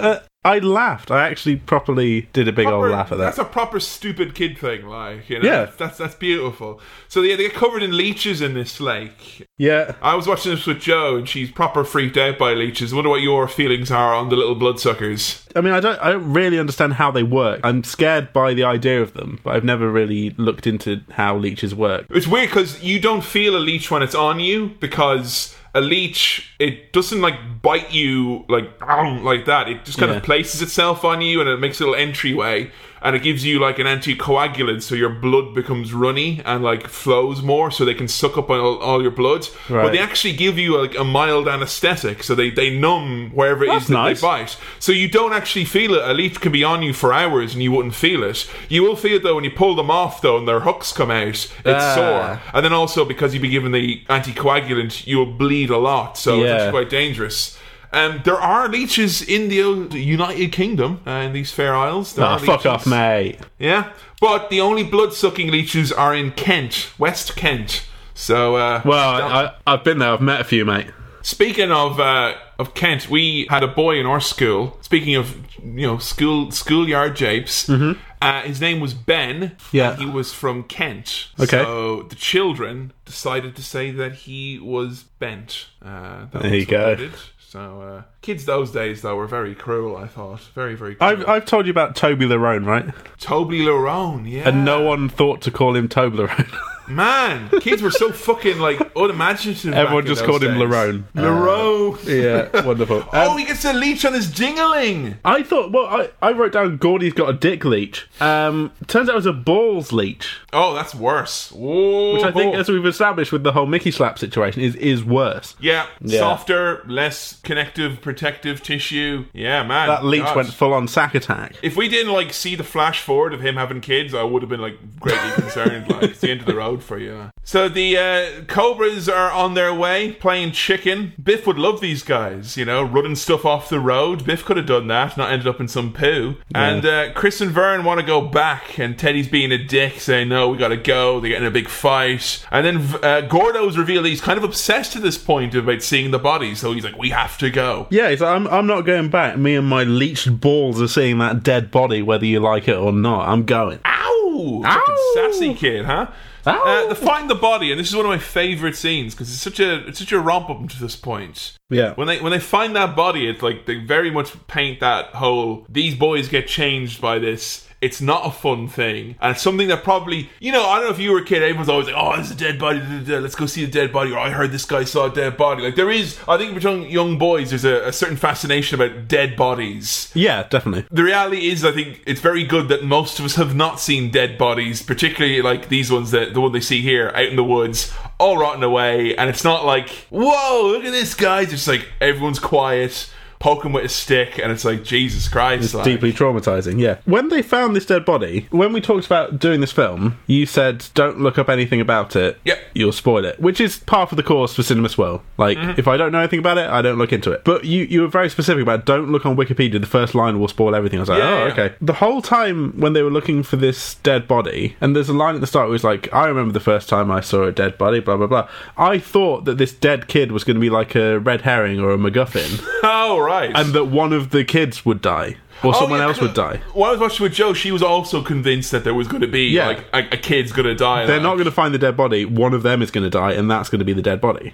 Speaker 3: Uh, I laughed. I actually properly did a big old laugh at that.
Speaker 2: That's a proper stupid kid thing, like you know.
Speaker 3: Yeah.
Speaker 2: that's that's beautiful. So yeah, they get covered in leeches in this lake.
Speaker 3: yeah.
Speaker 2: I was watching this with Joe, and she's proper freaked out by leeches. I wonder what your feelings are on the little bloodsuckers.
Speaker 3: I mean, I don't, I don't really understand how they work. I'm scared by the idea of them, but I've never really looked into how leeches work.
Speaker 2: It's weird because you don't feel a leech when it's on you because a leech it doesn't like bite you like "Ow," like that. It just kind
Speaker 3: Yeah.
Speaker 2: of places itself on you and it makes a little entryway and it gives you like an anticoagulant so your blood becomes runny and like flows more so they can suck up all, all your blood. But
Speaker 3: Right.
Speaker 2: they actually give you like a mild anesthetic so they, they numb wherever it is
Speaker 3: That's
Speaker 2: that
Speaker 3: nice.
Speaker 2: they bite. So you don't actually feel it. A leech can be on you for hours and you wouldn't feel it. You will feel it though when you pull them off though and their hooks come out it's
Speaker 3: Ah.
Speaker 2: sore. And then also because you'd be given the anticoagulant, you'll bleed a lot, so
Speaker 3: Yeah.
Speaker 2: it's actually quite dangerous. Um, there are leeches in the old United Kingdom uh, in these Fair Isles. There
Speaker 3: Ah,
Speaker 2: are
Speaker 3: fuck
Speaker 2: leeches.
Speaker 3: off, mate.
Speaker 2: Yeah, but the only blood-sucking leeches are in Kent, West Kent. So uh,
Speaker 3: Well, I, I, I've been there. I've met a few, mate.
Speaker 2: Speaking of uh, of Kent, we had a boy in our school. Speaking of you know school schoolyard japes, uh, his name was Ben.
Speaker 3: Mm-hmm. Yeah.
Speaker 2: and he was from Kent.
Speaker 3: Okay.
Speaker 2: so the children decided to say that he was bent. Uh, that
Speaker 3: There you
Speaker 2: was what
Speaker 3: go.
Speaker 2: they did. So uh, kids those days though were very cruel. I thought very very cruel.
Speaker 3: I've, I've told you about Toby Larone, right?
Speaker 2: Toby Lerone, yeah,
Speaker 3: And no one thought to call him Toblerone.
Speaker 2: man, kids were so fucking like unimaginative. back
Speaker 3: Everyone
Speaker 2: in
Speaker 3: just
Speaker 2: those
Speaker 3: called him
Speaker 2: days.
Speaker 3: Larone.
Speaker 2: Lerone.
Speaker 3: yeah, wonderful.
Speaker 2: Oh,
Speaker 3: Um,
Speaker 2: he gets a leech on his jingling.
Speaker 3: I thought, well, I, I wrote down Gordy's got a dick leech. Um, turns out it was a balls leech,
Speaker 2: Oh, that's worse. Whoa.
Speaker 3: which I think, as we've established with the whole Mickey slap situation, is, is worse.
Speaker 2: yeah,
Speaker 3: Yeah.
Speaker 2: softer, less connective, protective tissue. Yeah, man.
Speaker 3: That leech
Speaker 2: God.
Speaker 3: went full on sack attack.
Speaker 2: If we didn't like see the flash forward of him having kids, I would have been like greatly concerned. like it's the end of the road code for you. yeah. So the uh, Cobras are on their way playing chicken. Biff would love these guys, you know, running stuff off the road. Biff could have done that, not ended up in some poo. And uh, Chris and Vern want to go back, and Teddy's being a dick, saying, No, we got to go. They get in a big fight. And then uh, Gordo's revealed he's kind of obsessed at this point about seeing the body, so he's like, We have to go.
Speaker 3: Yeah, it's like, I'm, I'm not going back. Me and my leached balls are seeing that dead body, whether you like it or not. I'm going.
Speaker 2: Ow! Fucking
Speaker 3: Ow!
Speaker 2: sassy kid, huh?
Speaker 3: Ow!
Speaker 2: Uh, the find the body, and this is one of my favorite scenes because it's such a it's such a romp up to this point.
Speaker 3: Yeah.
Speaker 2: When they when they find that body, it's like they very much paint that whole. These boys get changed by this. It's not a fun thing, and it's something that probably you know. I don't know if you were a kid. Everyone's always like, "Oh, there's a dead body. da, da, da, Let's go see the dead body." Or I heard this guy saw a dead body. Like there is, I think for young, young boys, there's a, a certain fascination about dead bodies
Speaker 3: Yeah, definitely.
Speaker 2: the reality is, I think it's very good that most of us have not seen dead bodies, particularly like these ones that the one they see here out in the woods, all rotten away. And it's not like, whoa, look at this guy. It's just like everyone's quiet, poking with a stick, and it's like Jesus Christ. like-
Speaker 3: Deeply traumatizing, yeah. When they found this dead body, when we talked about doing this film, you said don't look up anything about it.
Speaker 2: Yep.
Speaker 3: You'll spoil it. Which is part of the course for Cinema Swirl. Like,
Speaker 2: Mm-hmm.
Speaker 3: if I don't know anything about it, I don't look into it. But you, you were very specific about don't look on Wikipedia, the first line will spoil everything. I was like,
Speaker 2: Yeah,
Speaker 3: oh,
Speaker 2: yeah.
Speaker 3: okay. The whole time when they were looking for this dead body, and there's a line at the start where it's like, I remember the first time I saw a dead body, blah, blah, blah. I thought that this dead kid was going to be like a red herring or a MacGuffin.
Speaker 2: oh right.
Speaker 3: and that one of the kids would die or
Speaker 2: Oh,
Speaker 3: someone
Speaker 2: yeah,
Speaker 3: else would
Speaker 2: 'cause
Speaker 3: die.
Speaker 2: When I was watching with Joe, she was also convinced that there was going to be
Speaker 3: Yeah.
Speaker 2: like a, a kid's going to die.
Speaker 3: They're not going to find the dead body. One of them is going to die, and that's going to be the dead body.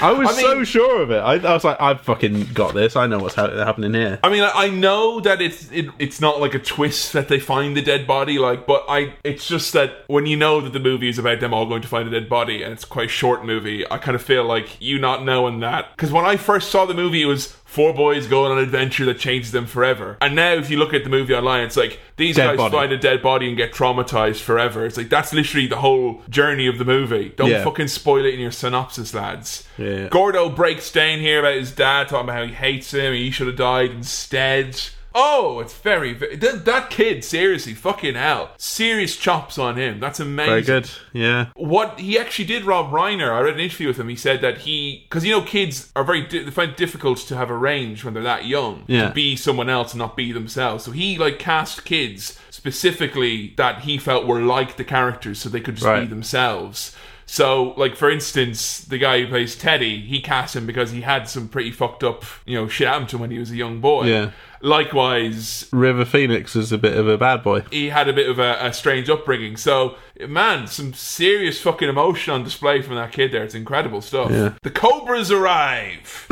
Speaker 3: I was
Speaker 2: I mean-
Speaker 3: so sure of it. I, I was like, I've fucking got this. I know what's ha- happening here.
Speaker 2: I mean, I I know that it's it, it's not like a twist that they find the dead body, like, but I it's just that when you know that the movie is about them all going to find a dead body and it's quite a short movie, I kind of feel like you not knowing that because when I first saw the movie, it was four boys going on an adventure that changes them forever, and now if you look at the movie online, it's like these
Speaker 3: Dead
Speaker 2: guys
Speaker 3: body.
Speaker 2: find a dead body and get traumatized forever. It's like that's literally the whole journey of the movie. Don't
Speaker 3: Yeah.
Speaker 2: fucking spoil it in your synopsis, lads.
Speaker 3: Yeah.
Speaker 2: Gordo breaks down here about his dad, talking about how he hates him, he should have died instead. Oh, it's very, very that, that kid. Seriously, fucking hell, serious chops on him. That's amazing.
Speaker 3: Very good. Yeah.
Speaker 2: What he actually did, Rob Reiner. I read an interview with him. He said that he, because you know, kids are very di- they find it difficult to have a range when they're that young
Speaker 3: Yeah.
Speaker 2: to be someone else and not be themselves. So he like cast kids specifically that he felt were like the characters, so they could just be
Speaker 3: Right.
Speaker 2: themselves. So, like for instance, the guy who plays Teddy, he cast him because he had some pretty fucked up, you know, shit happened to him when he was a young boy.
Speaker 3: Yeah.
Speaker 2: Likewise,
Speaker 3: River Phoenix is a bit of a bad boy.
Speaker 2: he had a bit of a, a strange upbringing. So, man, some serious fucking emotion on display from that kid there. It's incredible stuff. The Cobras arrive.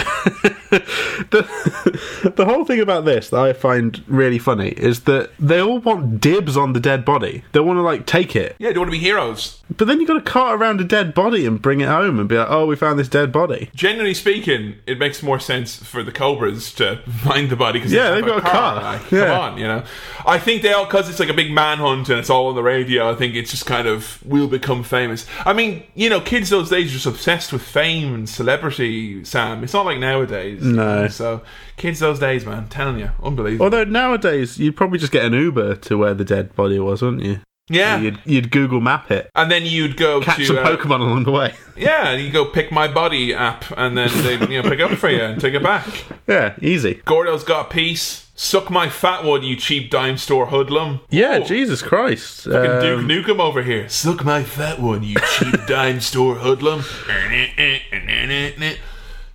Speaker 3: The, the whole thing about this that I find really funny is that they all want dibs on the dead body. They want to like take it,
Speaker 2: yeah, they want to be heroes.
Speaker 3: but then you got to cart around a dead body and bring it home and be like, "Oh, we found this dead body."
Speaker 2: Generally speaking, it makes more sense for the Cobras to find the body because
Speaker 3: Yeah, they've got a car.
Speaker 2: Like,
Speaker 3: Yeah.
Speaker 2: Come on, you know. I think they all because it's like a big manhunt and it's all on the radio. I think it's just kind of we'll become famous. I mean, you know, kids those days are just obsessed with fame and celebrity. Sam, it's not like nowadays.
Speaker 3: No.
Speaker 2: so kids those days, man, telling you, unbelievable.
Speaker 3: Although nowadays you'd probably just get an Uber to where the dead body was, wouldn't you?
Speaker 2: yeah,
Speaker 3: You'd, you'd Google Map it,
Speaker 2: and then you'd go
Speaker 3: catch
Speaker 2: to
Speaker 3: some
Speaker 2: uh,
Speaker 3: Pokemon along the way.
Speaker 2: yeah, and you go pick my body app, and then they you know pick it up for you and take it back.
Speaker 3: yeah, easy.
Speaker 2: Gordo's got a piece. Suck my fat one, you cheap dime store hoodlum.
Speaker 3: Yeah,
Speaker 2: Ooh,
Speaker 3: Jesus Christ.
Speaker 2: fucking Duke
Speaker 3: Um,
Speaker 2: Nukem over here. Suck my fat one, you cheap dime store hoodlum.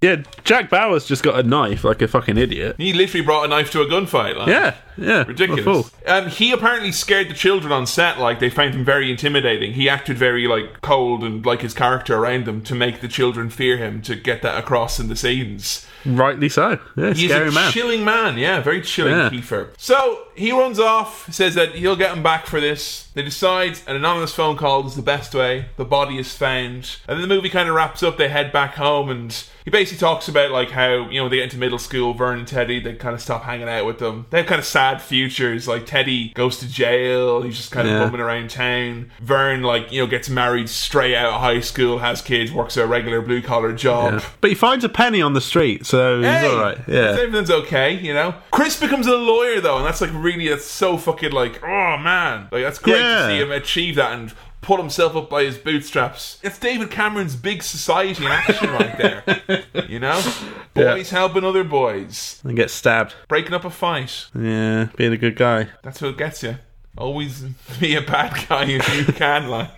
Speaker 3: yeah, Jack Bauer's just got a knife like a fucking idiot.
Speaker 2: He literally brought a knife to a gunfight. Like.
Speaker 3: Yeah, yeah, what a fool.
Speaker 2: Ridiculous. Um, he apparently scared the children on set. Like they found him very intimidating. He acted very like cold and like his character around them to make the children fear him to get that across in the scenes.
Speaker 3: Rightly so. Yeah,
Speaker 2: He's
Speaker 3: scary
Speaker 2: a
Speaker 3: man.
Speaker 2: chilling man, yeah, very chilling
Speaker 3: Yeah.
Speaker 2: Kiefer. So he runs off, says that he'll get him back for this. They decide an anonymous phone call is the best way. The body is found, and then the movie kind of wraps up. They head back home, and he basically talks about like how you know they get into middle school. Vern and Teddy, they kind of stop hanging out with them. They have kind of sad futures. Like Teddy goes to jail. He's just kind of
Speaker 3: Yeah.
Speaker 2: bumming around town. Vern, like you know, gets married straight out of high school, has kids, works a regular blue collar job.
Speaker 3: Yeah. But he finds a penny on the street, so
Speaker 2: Hey,
Speaker 3: he's alright. Yeah.
Speaker 2: Everything's okay, you know? Chris becomes a lawyer, though, and that's like really, that's so fucking like, oh man. Like, that's great
Speaker 3: Yeah.
Speaker 2: to see him achieve that and pull himself up by his bootstraps. It's David Cameron's big society in action right there. You know?
Speaker 3: Yeah.
Speaker 2: Boys helping other boys.
Speaker 3: and get stabbed.
Speaker 2: Breaking up a fight.
Speaker 3: Yeah, being a good guy.
Speaker 2: That's what gets you. Always be a bad guy if you can, like.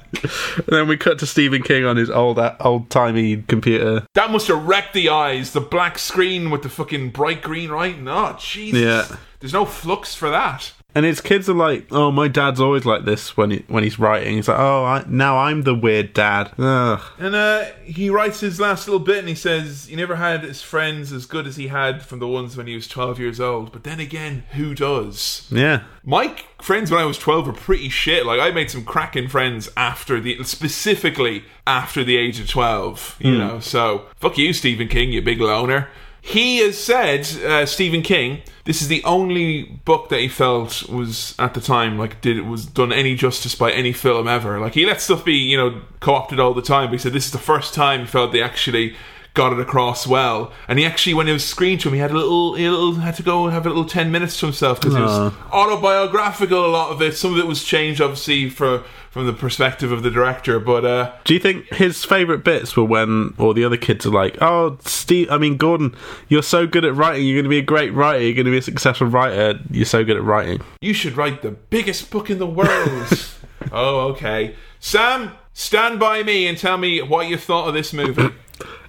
Speaker 3: And then we cut to Stephen King on his old old timey computer.
Speaker 2: That must have wrecked the eyes. The black screen with the fucking bright green, right? No, Jesus.
Speaker 3: Yeah.
Speaker 2: There's no flux for that.
Speaker 3: And his kids are like, "Oh, my dad's always like this when he, when he's writing. He's like, oh, I, now I'm the weird dad. Ugh.
Speaker 2: And uh, he writes his last little bit and he says, He never had his friends as good as he had from the ones when he was 12 years old. But then again, who does?
Speaker 3: Yeah,
Speaker 2: My friends when I was 12 were pretty shit. Like, I made some cracking friends after the, specifically after the age of 12, you know. So, fuck you, Stephen King, you big loner. He has said, uh, Stephen King, this is the only book that he felt was at the time like did was done any justice by any film ever. Like he let stuff be, you know, co-opted all the time. But he said this is the first time he felt they actually got it across well. And he actually, when it was screened to him, he had a little, he had a little had to go and have a little ten minutes to himself because it was autobiographical. A lot of it, some of it was changed, obviously, for from the perspective of the director. But uh,
Speaker 3: Do you think his favourite bits were when all the other kids are like, "Oh, Steve, I mean Gordon, you're so good at writing. You're going to be a great writer. You're going to be a successful writer. You're so good at writing."
Speaker 2: you should write the biggest book in the world. oh, okay, Sam. Stand by me and tell me what you thought of this movie.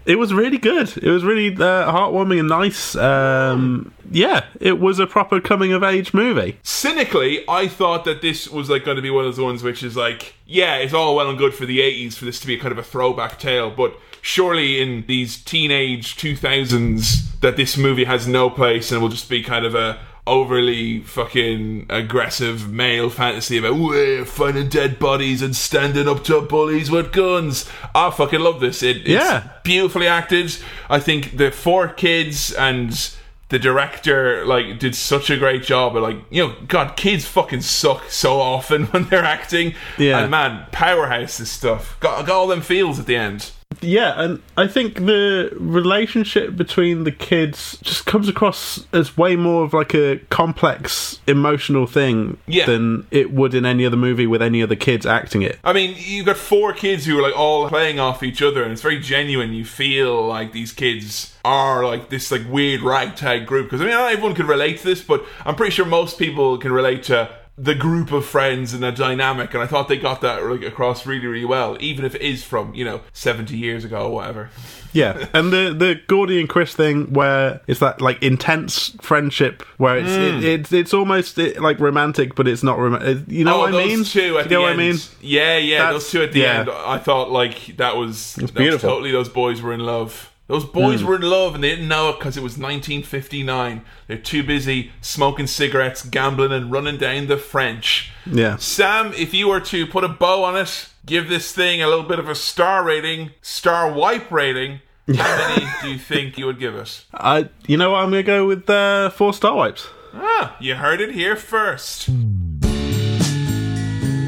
Speaker 3: It was really good. It was really uh, heartwarming and nice. Um, yeah, it was a proper coming of age movie.
Speaker 2: cynically, I thought that this was like going to be one of those ones which is like, yeah, it's all well and good for the '80s for this to be kind of a throwback tale, but surely in these teenage 2000s, that this movie has no place and will just be kind of a overly fucking aggressive male fantasy about we're finding dead bodies and standing up to bullies with guns. I fucking love this. It, it's
Speaker 3: Yeah.
Speaker 2: beautifully acted. I think the four kids and the director like did such a great job at like you know god kids fucking suck so often when they're acting
Speaker 3: Yeah.
Speaker 2: and man powerhouse this stuff got, got all them feels at the end
Speaker 3: Yeah, and I think the relationship between the kids just comes across as way more of like a complex emotional thing
Speaker 2: Yeah.
Speaker 3: than it would in any other movie with any other kids acting it.
Speaker 2: I mean, you've got four kids who are like all playing off each other, and it's very genuine. You feel like these kids are like this like weird ragtag group. Because I mean, not everyone could relate to this, but I'm pretty sure most people can relate to the group of friends and the dynamic. And I thought they got that like across really, really well, even if it is from you know 70 years ago or whatever.
Speaker 3: Yeah, and the the Gordy and Chris thing where it's that like intense friendship where it's
Speaker 2: Mm.
Speaker 3: it, it's it's almost it, like romantic, but it's not romantic. You know
Speaker 2: oh,
Speaker 3: what
Speaker 2: those
Speaker 3: I mean?
Speaker 2: two at
Speaker 3: you
Speaker 2: the
Speaker 3: know
Speaker 2: end.
Speaker 3: what I mean?
Speaker 2: Yeah, yeah,
Speaker 3: That's-
Speaker 2: those two at the
Speaker 3: yeah.
Speaker 2: end. I thought like that was, that was
Speaker 3: beautiful.
Speaker 2: totally those boys were in love. Those
Speaker 3: Hmm.
Speaker 2: boys were in love and they didn't know it because it was 1959. They're too busy smoking cigarettes, gambling, and running down the French.
Speaker 3: Yeah.
Speaker 2: Sam, if you were to put a bow on it, give this thing a little bit of a star rating, star wipe rating, how many do you think you would give it?
Speaker 3: I you know what I'm gonna go with uh, four star wipes.
Speaker 2: Ah, you heard it here first.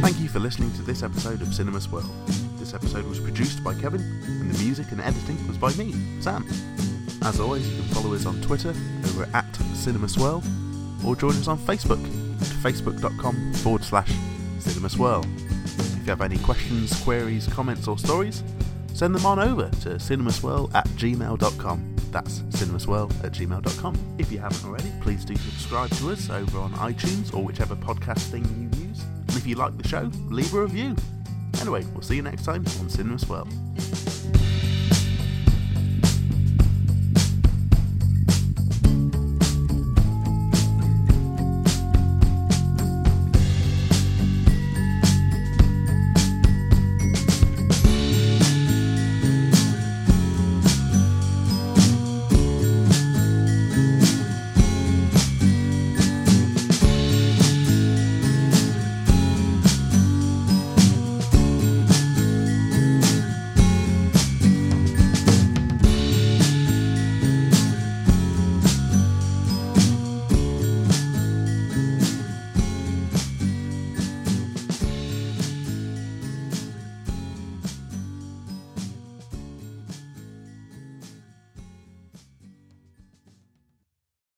Speaker 1: Thank you for listening to this episode of Cinema Swirl. This episode was produced by Kevin, and the music and editing was by me, Sam. As always, you can follow us on Twitter over at Cinema Swirl, or join us on Facebook at facebook.com forward slash Cinema Swirl. If you have any questions, queries, comments, or stories, send them on over to cinemaswirl at gmail.com. That's cinemaswirl at gmail.com. If you haven't already, please do subscribe to us over on iTunes or whichever podcast thing you use. And if you like the show, leave a review. Anyway, we'll see you next time on Cinema Swirl.